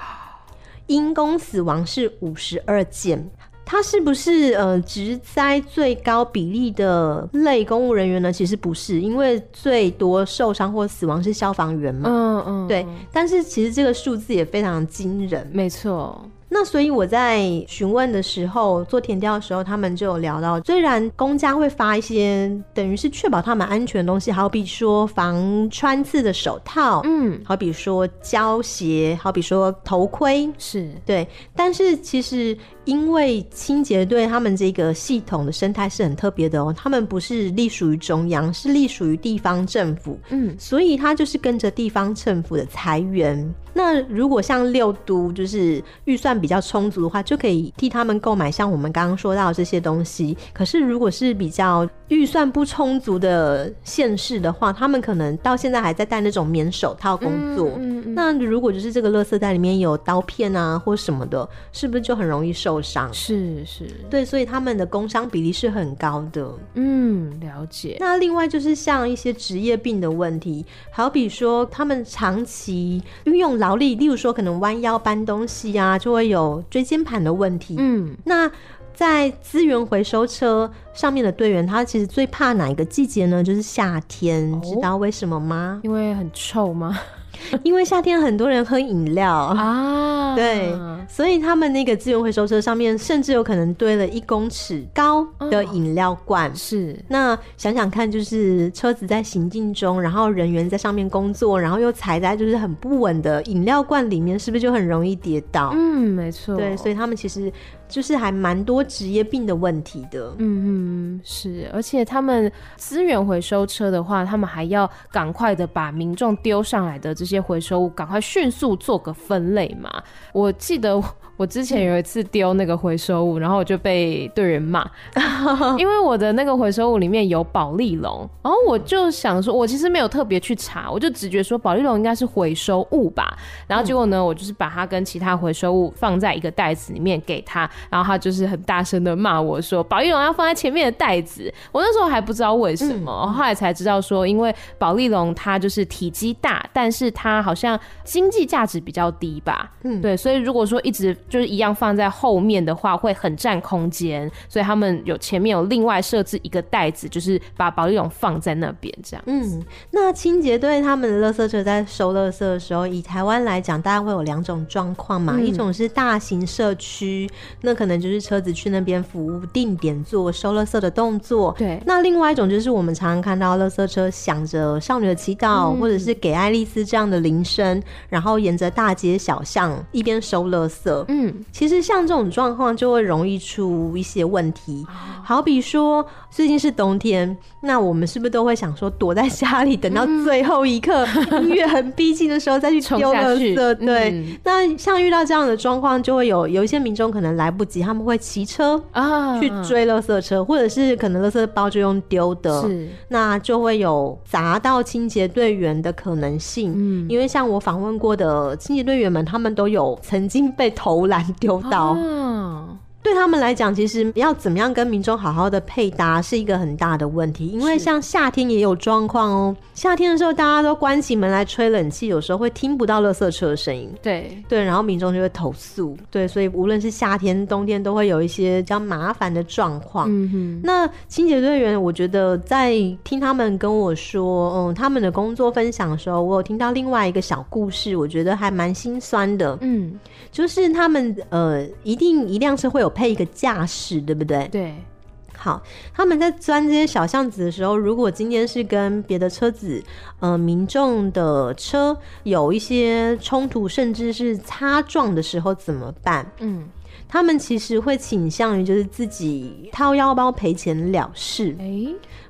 Speaker 4: 因公死亡是五十二件。它是不是呃职灾最高比例的类公务人员呢？其实不是，因为最多受伤或死亡是消防员嘛。
Speaker 3: 嗯嗯，
Speaker 4: 对
Speaker 3: 嗯，
Speaker 4: 但是其实这个数字也非常惊人。
Speaker 3: 没错，
Speaker 4: 那所以我在询问的时候，做填调的时候，他们就有聊到，虽然公家会发一些等于是确保他们安全的东西，好比说防穿刺的手套，
Speaker 3: 嗯，
Speaker 4: 好比说胶鞋，好比说头盔。
Speaker 3: 是，
Speaker 4: 对，但是其实因为清洁队他们这个系统的生态是很特别的哦，他们不是隶属于中央，是隶属于地方政府，
Speaker 3: 嗯，
Speaker 4: 所以它就是跟着地方政府的裁员。那如果像六都就是预算比较充足的话，就可以替他们购买像我们刚刚说到的这些东西。可是如果是比较预算不充足的县市的话，他们可能到现在还在戴那种棉手套工作。
Speaker 3: 嗯嗯，
Speaker 4: 那如果就是这个垃圾袋里面有刀片啊或什么的，是不是就很容易受伤？
Speaker 3: 是是，
Speaker 4: 对，所以他们的工伤比例是很高的。
Speaker 3: 嗯，了解，
Speaker 4: 那另外就是像一些职业病的问题，好比说他们长期运用劳力，例如说可能弯腰搬东西啊，就会有椎间盘的问题。
Speaker 3: 嗯，
Speaker 4: 那在资源回收车上面的队员，他其实最怕哪一个季节呢？就是夏天，
Speaker 3: 哦
Speaker 4: 知道为什么吗？
Speaker 3: 因为很臭吗？
Speaker 4: 因为夏天很多人喝饮料。[laughs]
Speaker 3: 啊，
Speaker 4: 对，所以他们那个资源回收车上面，甚至有可能堆了一公尺高的饮料罐。
Speaker 3: 是，
Speaker 4: 那想想看，就是车子在行进中，然后人员在上面工作，然后又踩在就是很不稳的饮料罐里面，是不是就很容易跌倒？
Speaker 3: 嗯，没错，
Speaker 4: 对，所以他们其实就是还蛮多职业病的问题的。
Speaker 3: 嗯嗯是，而且他们资源回收车的话，他们还要赶快的把民众丢上来的这些回收物，赶快迅速做个分类嘛。我记得我我之前有一次丢那个回收物，然后我就被队员
Speaker 4: [laughs]
Speaker 3: 骂，因为我的那个回收物里面有保利龙，然后我就想说，我其实没有特别去查，我就直觉说保利龙应该是回收物吧。
Speaker 4: 嗯
Speaker 3: 然后结果呢，我就是把它跟其他回收物放在一个袋子里面给他，然后他就是很大声的骂我说保利龙要放在前面的袋子。我那时候还不知道为什么，
Speaker 4: 嗯
Speaker 3: 后来才知道说，因为保利龙它就是体积大，但是它好像经济价值比较低吧。
Speaker 4: 嗯
Speaker 3: 对，所以如果说一直就是一样放在后面的话，会很占空间，所以他们有前面有另外设置一个袋子，就是把保丽龙放在那边这样。
Speaker 4: 嗯，那清洁队他们的垃圾车在收垃圾的时候，以台湾来讲，大概会有两种状况
Speaker 3: 嗯
Speaker 4: 嘛，一种是大型社区，那可能就是车子去那边服务定点做收垃圾的动作。
Speaker 3: 对
Speaker 4: 那另外一种就是我们常常看到垃圾车响着少女的祈祷，
Speaker 3: 嗯
Speaker 4: 或者是给爱丽丝这样的铃声，然后沿着大街小巷一边收垃圾。
Speaker 3: 嗯，
Speaker 4: 其实像这种状况就会容易出一些问题，
Speaker 3: 哦
Speaker 4: 好比说最近是冬天，那我们是不是都会想说躲在家里，等到最后一刻、音乐很逼近的时候再去
Speaker 3: 冲
Speaker 4: 丢
Speaker 3: 下
Speaker 4: 垃
Speaker 3: 去
Speaker 4: 圾？对。
Speaker 3: 嗯
Speaker 4: 那像遇到这样的状况，就会有有一些民众可能来不及，他们会骑车
Speaker 3: 啊
Speaker 4: 去追垃圾车，或者是可能垃圾包就用丢的。
Speaker 3: 是
Speaker 4: 那就会有砸到清洁队员的可能性。
Speaker 3: 嗯
Speaker 4: 因为像我访问过的清洁队员们，他们都有曾经被投篮丢到。
Speaker 3: 啊
Speaker 4: 对他们来讲，其实要怎么样跟民众好好的配搭是一个很大的问题，因为
Speaker 3: 是
Speaker 4: 像夏天也有状况哦。夏天的时候，大家都关起门来吹冷气，有时候会听不到垃圾车的声音。
Speaker 3: 对，
Speaker 4: 对，然后民众就会投诉。对，所以无论是夏天、冬天，都会有一些比较麻烦的状况。
Speaker 3: 嗯哼，
Speaker 4: 那清洁队员，我觉得在听他们跟我说，嗯，他们的工作分享的时候，我有听到另外一个小故事，我觉得还蛮心酸的。
Speaker 3: 嗯，
Speaker 4: 就是他们呃，一定一辆车会有配一个驾驶，对不对？
Speaker 3: 对，
Speaker 4: 好，他们在钻这些小巷子的时候，如果今天是跟别的车子，呃，民众的车有一些冲突，甚至是擦撞的时候怎么办？
Speaker 3: 嗯，
Speaker 4: 他们其实会倾向于就是自己掏腰包赔钱了事。
Speaker 3: 哎，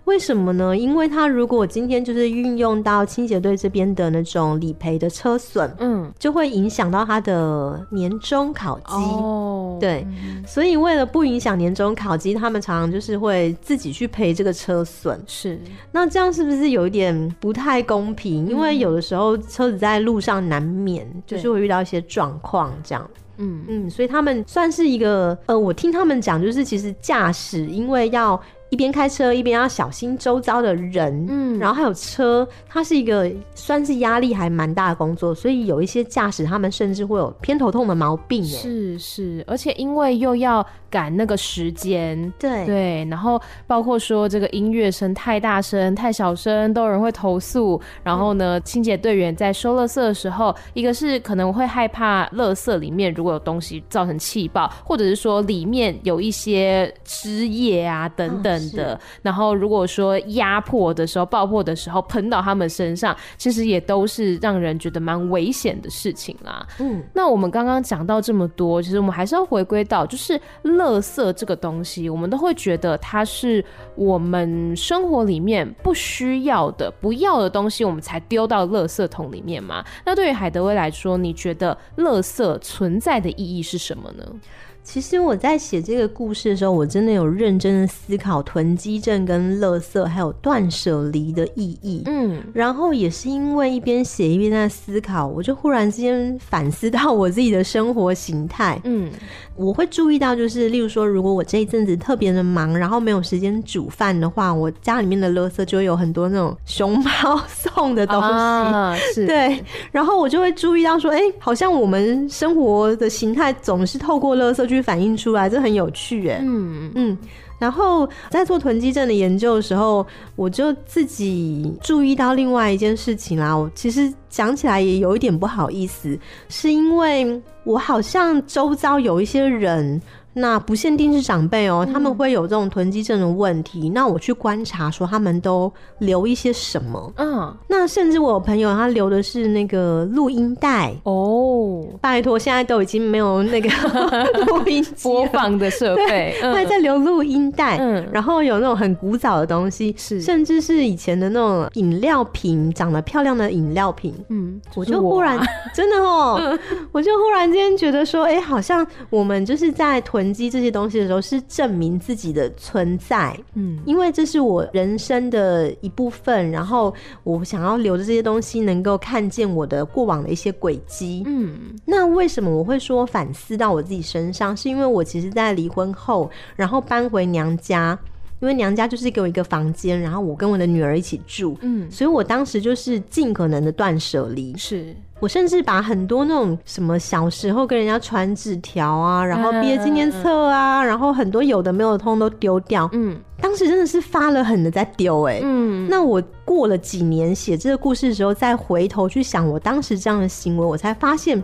Speaker 4: 为什么呢？因为他如果今天就是运用到清洁队这边的那种理赔的车损，
Speaker 3: 嗯，
Speaker 4: 就会影响到他的年终考绩。
Speaker 3: 哦，
Speaker 4: 对
Speaker 3: 嗯
Speaker 4: 所以为了不影响年终考绩，他们常常就是会自己去赔这个车损。
Speaker 3: 是，
Speaker 4: 那这样是不是有一点不太公平？因为有的时候车子在路上难免
Speaker 3: 嗯对
Speaker 4: 就是会遇到一些状况，这样。
Speaker 3: 嗯，
Speaker 4: 嗯，所以他们算是一个呃，我听他们讲，就是其实驾驶因为要一边开车一边要小心周遭的人，
Speaker 3: 嗯
Speaker 4: 然后还有车，它是一个算是压力还蛮大的工作，所以有一些驾驶他们甚至会有偏头痛的毛病，哎，
Speaker 3: 是是，而且因为又要赶那个时间。
Speaker 4: 对。
Speaker 3: 对，然后包括说这个音乐声太大声、太小声，都有人会投诉。然后呢，清洁队员在收垃圾的时候，一个是可能会害怕垃圾里面如果有东西造成气爆，或者是说里面有一些汁液啊等
Speaker 4: 嗯
Speaker 3: 等
Speaker 4: 是
Speaker 3: 的。然后如果说压迫的时候、爆破的时候喷到他们身上，其实也都是让人觉得蛮危险的事情啦。
Speaker 4: 嗯，
Speaker 3: 那我们刚刚讲到这么多，其实我们还是要回归到，就是垃圾这个东西，我们都会觉得它是我们生活里面不需要的、不要的东西，我们才丢到垃圾桶里面嘛。那对于海德威来说，你觉得垃圾存在的意义是什么呢？
Speaker 4: 其实我在写这个故事的时候，我真的有认真的思考囤积症、跟垃圾还有断舍离的意义。
Speaker 3: 嗯，
Speaker 4: 然后也是因为一边写一边在思考，我就忽然之间反思到我自己的生活形态。
Speaker 3: 嗯，
Speaker 4: 我会注意到，就是例如说，如果我这一阵子特别的忙，然后没有时间煮饭的话，我家里面的垃圾就会有很多那种熊猫送的东西。 [laughs]
Speaker 3: 啊、是，
Speaker 4: 对，然后我就会注意到说，哎、好像我们生活的形态总是透过垃圾去反映出来，这很有趣哎、
Speaker 3: 嗯
Speaker 4: 嗯，然后在做囤积症的研究的时候，我就自己注意到另外一件事情啦。我其实讲起来也有一点不好意思，是因为我好像周遭有一些人。那不限定是长辈
Speaker 3: 嗯
Speaker 4: 哦、他们会有这种囤积症的问题。那我去观察，说他们都留一些什么。
Speaker 3: 嗯，
Speaker 4: 那甚至我有朋友，他留的是那个录音带。
Speaker 3: 哦，
Speaker 4: 拜托，现在都已经没有那个 [laughs] 录音机
Speaker 3: 播
Speaker 4: 了，
Speaker 3: 放的设备，
Speaker 4: 他还
Speaker 3: 嗯
Speaker 4: 在留录音带。
Speaker 3: 嗯，
Speaker 4: 然后有那种很古早的东西，
Speaker 3: 是
Speaker 4: 甚至是以前的那种饮料瓶，长得漂亮的饮料瓶。
Speaker 3: 嗯，
Speaker 4: 我
Speaker 3: 是
Speaker 4: 就忽
Speaker 3: 啊
Speaker 4: 然真的
Speaker 3: [laughs]
Speaker 4: 哦，我就忽然间觉得说，哎、好像我们就是在囤积这些东西的时候，是证明自己的存在，
Speaker 3: 嗯
Speaker 4: 因为这是我人生的一部分。然后我想要留着这些东西，能够看见我的过往的一些轨迹。
Speaker 3: 嗯
Speaker 4: 那为什么我会说反思到我自己身上？是因为我其实，在离婚后，然后搬回娘家。因为娘家就是给我一个房间，然后我跟我的女儿一起住，
Speaker 3: 嗯，
Speaker 4: 所以我当时就是尽可能的断舍离。
Speaker 3: 是
Speaker 4: 我甚至把很多那种什么小时候跟人家传纸条啊，然后毕业纪念册啊，然后很多有的没有的通通都丢掉。
Speaker 3: 嗯
Speaker 4: 当时真的是发了狠的在丢哎、
Speaker 3: 嗯，
Speaker 4: 那我过了几年写这个故事的时候，再回头去想我当时这样的行为，我才发现，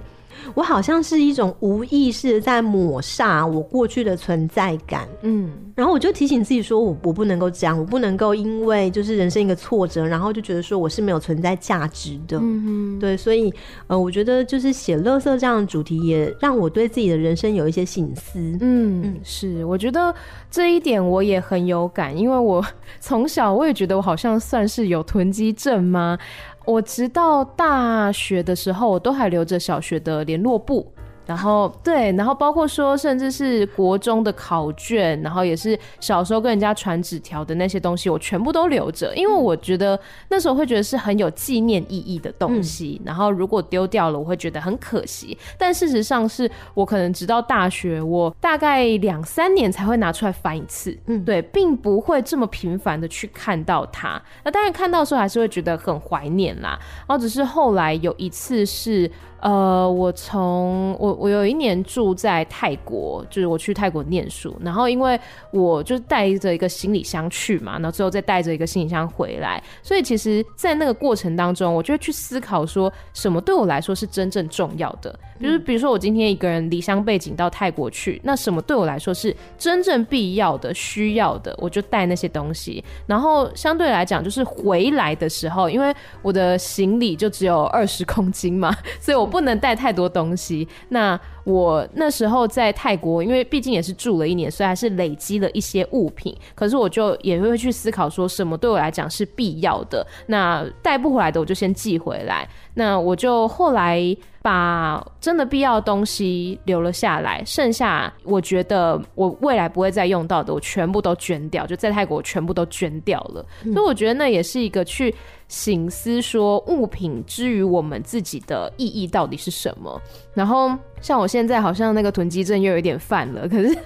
Speaker 4: 我好像是一种无意识的在抹煞我过去的存在感。
Speaker 3: 嗯
Speaker 4: 然后我就提醒自己说，我我不能够这样，我不能够因为就是人生一个挫折，然后就觉得说我是没有存在价值的。
Speaker 3: 嗯哼
Speaker 4: 对，所以呃，我觉得就是写垃圾这样的主题，也让我对自己的人生有一些醒思。
Speaker 3: 嗯，是，我觉得这一点我也很有感，因为我 [laughs] 从小我也觉得我好像算是有囤积症吗？我直到大学的时候，我都还留着小学的联络簿。然后对，然后包括说，甚至是国中的考卷，然后也是小时候跟人家传纸条的那些东西，我全部都留着，因为我觉得那时候会觉得是很有纪念意义的东西。然后如果丢掉了，我会觉得很可惜。但事实上是我可能直到大学，我大概两三年才会拿出来翻一次，
Speaker 4: 嗯
Speaker 3: 对，并不会这么频繁的去看到它。那当然看到的时候还是会觉得很怀念啦。然后只是后来有一次是，呃，我从我我有一年住在泰国，就是我去泰国念书，然后因为我就带着一个行李箱去嘛，然后最后再带着一个行李箱回来，所以其实，在那个过程当中，我就会去思考说，什么对我来说是真正重要的，就是比如说我今天一个人离乡背景到泰国去，那什么对我来说是真正必要的、需要的，我就带那些东西。然后相对来讲，就是回来的时候，因为我的行李就只有二十 [laughs] 公斤嘛，所以我不能带太多东西。那我那时候在泰国，因为毕竟也是住了一年，所以还是累积了一些物品。可是我就也会去思考，说什么对我来讲是必要的，那带不回来的我就先寄回来。那我就后来把真的必要的东西留了下来，剩下我觉得我未来不会再用到的，我全部都捐掉，就在泰国我全部都捐掉了。所以我觉得那也是一个去醒思说物品之于我们自己的意义到底是什么。然后像我现在好像那个囤积症又有一点犯了，可是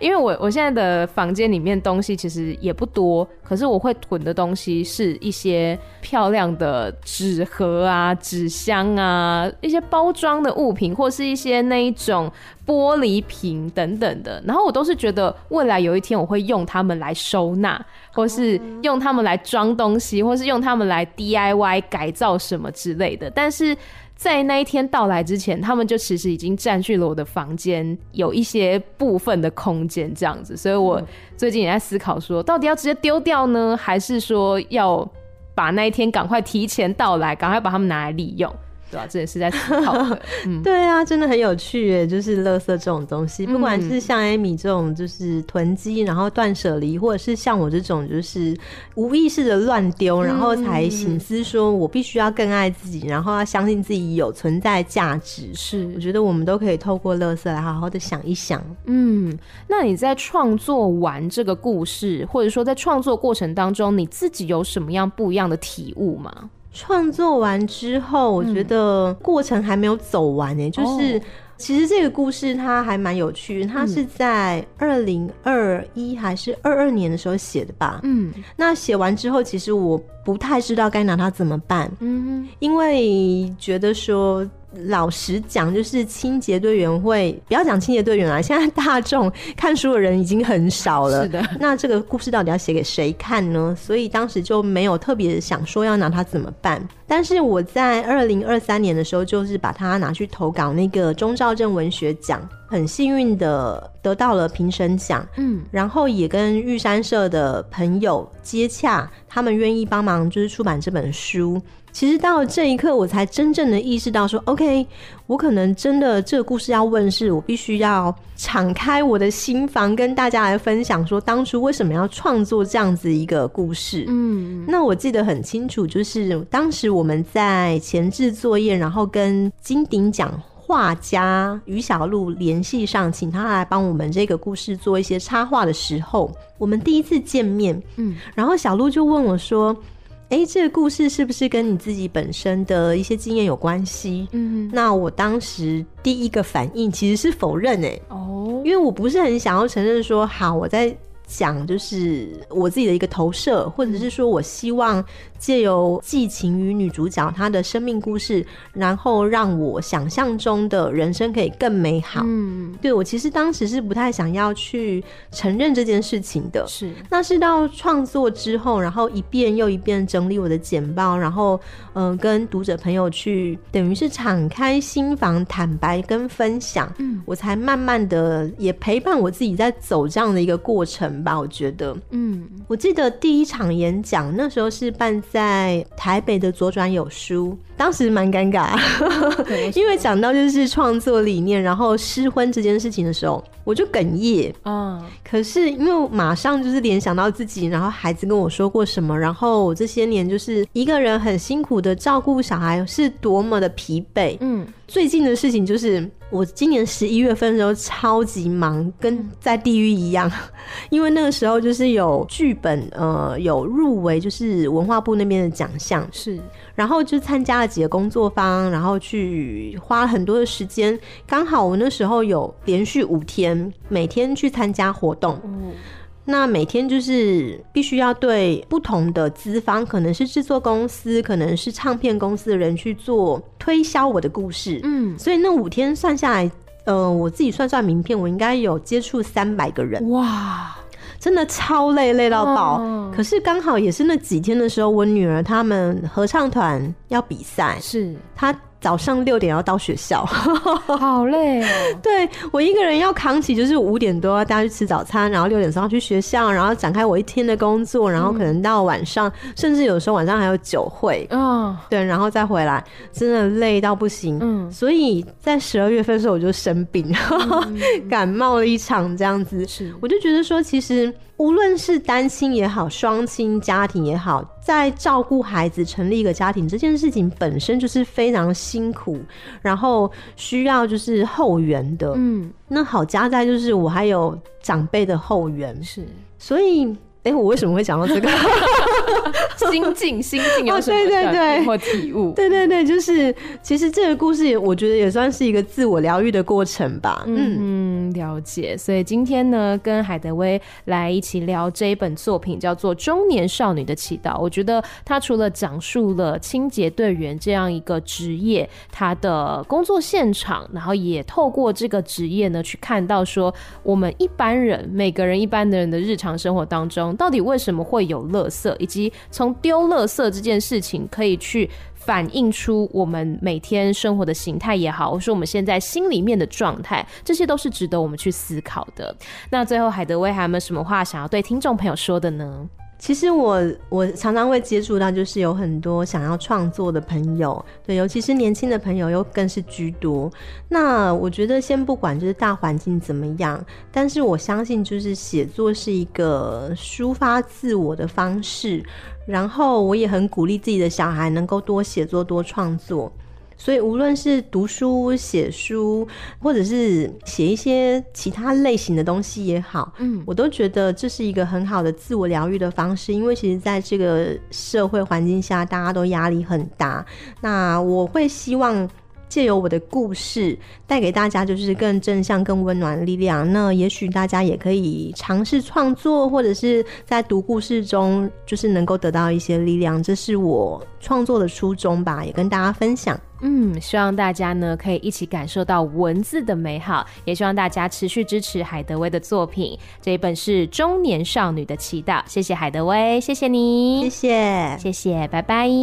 Speaker 3: 因为我我现在的房间里面东西其实也不多，可是我会囤的东西是一些漂亮的纸盒啊、纸箱啊、一些包装的物品，或是一些那一种玻璃瓶等等的。然后我都是觉得未来有一天我会用它们来收纳，或是用它们来装东西，或是用它们来 DIY 改造什么之类的。但是在那一天到来之前，他们就其实已经占据了我的房间有一些部分的空间，这样子。所以我最近也在思考说，到底要直接丢掉呢，还是说要把那一天赶快提前到来，赶快把它们拿来利用？对啊，这也是在思考 [laughs] 的。嗯
Speaker 4: 对啊，真的很有趣耶！就是垃圾这种东西，不
Speaker 3: 嗯
Speaker 4: 管是像艾米这种就是囤积，然后断舍离，或者是像我这种就是无意识的乱丢，然后
Speaker 3: 嗯
Speaker 4: 才醒思说我必须要更爱自己，然后要相信自己有存在价值。我
Speaker 3: 是，
Speaker 4: 觉得我们都可以透过垃圾来好好的想一想。
Speaker 3: 嗯，那你在创作完这个故事，或者说在创作过程当中，你自己有什么样不一样的体悟吗？
Speaker 4: 创作完之后，我觉得过程还没有走完呢、就是、
Speaker 3: 嗯哦
Speaker 4: 其实这个故事它还蛮有趣，
Speaker 3: 嗯
Speaker 4: 它是在二零二一还是二二年的时候写的吧。
Speaker 3: 嗯
Speaker 4: 那写完之后，其实我不太知道该拿它怎么办，
Speaker 3: 嗯
Speaker 4: 因为觉得说。老实讲，就是清洁队员会，不要讲清洁队员啦，啊现在大众看书的人已经很少了
Speaker 3: 是。的，
Speaker 4: [laughs] 那这个故事到底要写给谁看呢？所以当时就没有特别想说要拿它怎么办。但是我在二零二三年的时候，就是把它拿去投稿那个中兆镇文学奖，很幸运的得到了评审奖。
Speaker 3: 嗯
Speaker 4: 然后也跟玉山社的朋友接洽，他们愿意帮忙就是出版这本书。其实到这一刻，我才真正的意识到说，OK，我可能真的这个故事要问世，我必须要敞开我的心房，跟大家来分享说，当初为什么要创作这样子一个故事。
Speaker 3: 嗯
Speaker 4: 那我记得很清楚，就是当时我们在前置作业，然后跟金鼎奖画家于小璐联系上，请他来帮我们这个故事做一些插画的时候，我们第一次见面，
Speaker 3: 嗯，
Speaker 4: 然后小璐就问我说：“诶，这个故事是不是跟你自己本身的一些经验有关系？”
Speaker 3: 嗯
Speaker 4: 那我当时第一个反应其实是否认、诶。
Speaker 3: 哦
Speaker 4: 因为我不是很想要承认说，好，我在讲，就是我自己的一个投射，或者是说我希望借由寄情于女主角她的生命故事，然后让我想象中的人生可以更美好。
Speaker 3: 嗯，
Speaker 4: 对我其实当时是不太想要去承认这件事情的，
Speaker 3: 是，
Speaker 4: 那是到创作之后，然后一遍又一遍整理我的简报，然后嗯、呃跟读者朋友去，等于是敞开心房、坦白跟分享，
Speaker 3: 嗯
Speaker 4: 我才慢慢的也陪伴我自己在走这样的一个过程吧。我觉得，
Speaker 3: 嗯
Speaker 4: 我记得第一场演讲那时候是办在台北的左转有书，当时蛮尴尬， [laughs] 因为讲到就是创作理念，然后失婚这件事情的时候，我就哽咽。
Speaker 3: 啊，
Speaker 4: 可是因为我马上就是联想到自己，然后孩子跟我说过什么，然后我这些年就是一个人很辛苦的照顾小孩，是多么的疲惫。
Speaker 3: 嗯
Speaker 4: 最近的事情就是，我今年十一月份的时候超级忙，跟在地狱一样， [laughs] 因为那个时候就是有剧本，呃，有入围就是文化部那边的奖项，
Speaker 3: 是，
Speaker 4: 然后就参加了几个工作坊，然后去花了很多的时间。刚好我那时候有连续五天，每天去参加活动，
Speaker 3: 哦，
Speaker 4: 那每天就是必须要对不同的资方，可能是制作公司，可能是唱片公司的人去做推销我的故事。
Speaker 3: 嗯，
Speaker 4: 所以那五天算下来，呃，我自己算算名片，我应该有接触三百个人，
Speaker 3: 哇，
Speaker 4: 真的超累，累到爆。
Speaker 3: 嗯
Speaker 4: 可是刚好也是那几天的时候，我女儿他们合唱团要比赛，
Speaker 3: 是，
Speaker 4: 她早上六点要到学校，
Speaker 3: 好 [laughs] 累哦，
Speaker 4: [laughs] 对我一个人要扛起，就是五点多要大家去吃早餐，然后六点钟要去学校，然后展开我一天的工作，然后可能到晚上，甚至有时候晚上还有酒会，
Speaker 3: 啊，
Speaker 4: 对，然后再回来，真的累到不行。
Speaker 3: 嗯
Speaker 4: 所以在十二月份的时候我就生病，感冒了一场这样子。
Speaker 3: 嗯是，
Speaker 4: 我就觉得说，其实无论是单亲也好，双亲家庭也好，在照顾孩子、成立一个家庭这件事情本身就是非常辛苦，然后需要就是后援的。
Speaker 3: 嗯
Speaker 4: 那好加在就是我还有长辈的后援，
Speaker 3: 是，
Speaker 4: 所以哎、诶我为什么会讲到
Speaker 3: [laughs]
Speaker 4: 这个？
Speaker 3: 心境心境有
Speaker 4: 哦
Speaker 3: 什么
Speaker 4: 对对
Speaker 3: 转
Speaker 4: 对
Speaker 3: 变或体悟？
Speaker 4: 对对对，就是其实这个故事也我觉得也算是一个自我疗愈的过程吧。嗯
Speaker 3: 嗯，了解。所以今天呢，跟海德薇来一起聊这一本作品，叫做《中年少女的祈祷》。我觉得他除了讲述了清洁队员这样一个职业，他的工作现场，然后也透过这个职业呢，去看到说我们一般人，每个人一般的人的日常生活当中，到底为什么会有垃圾，以及从丢垃圾这件事情可以去反映出我们每天生活的形态也好，或是我们现在心里面的状态，这些都是值得我们去思考的。那最后，海德威还有没有什么话想要对听众朋友说的呢？
Speaker 4: 其实我我常常会接触到，就是有很多想要创作的朋友，对，尤其是年轻的朋友又更是居多。那我觉得先不管就是大环境怎么样，但是我相信就是写作是一个抒发自我的方式，然后我也很鼓励自己的小孩能够多写作、多创作。所以，无论是读书、写书，或者是写一些其他类型的东西也好，
Speaker 3: 嗯，
Speaker 4: 我都觉得这是一个很好的自我疗愈的方式，因为其实在这个社会环境下，大家都压力很大。那我会希望借由我的故事，带给大家就是更正向、更温暖的力量。那也许大家也可以尝试创作，或者是在读故事中，就是能够得到一些力量。这是我创作的初衷吧，也跟大家分享。
Speaker 3: 嗯，希望大家呢可以一起感受到文字的美好，也希望大家持续支持海德威的作品。这一本是《中年少女的祈祷》，谢谢海德威，谢谢
Speaker 4: 谢
Speaker 3: 你，
Speaker 4: 谢。
Speaker 3: 谢谢，拜拜。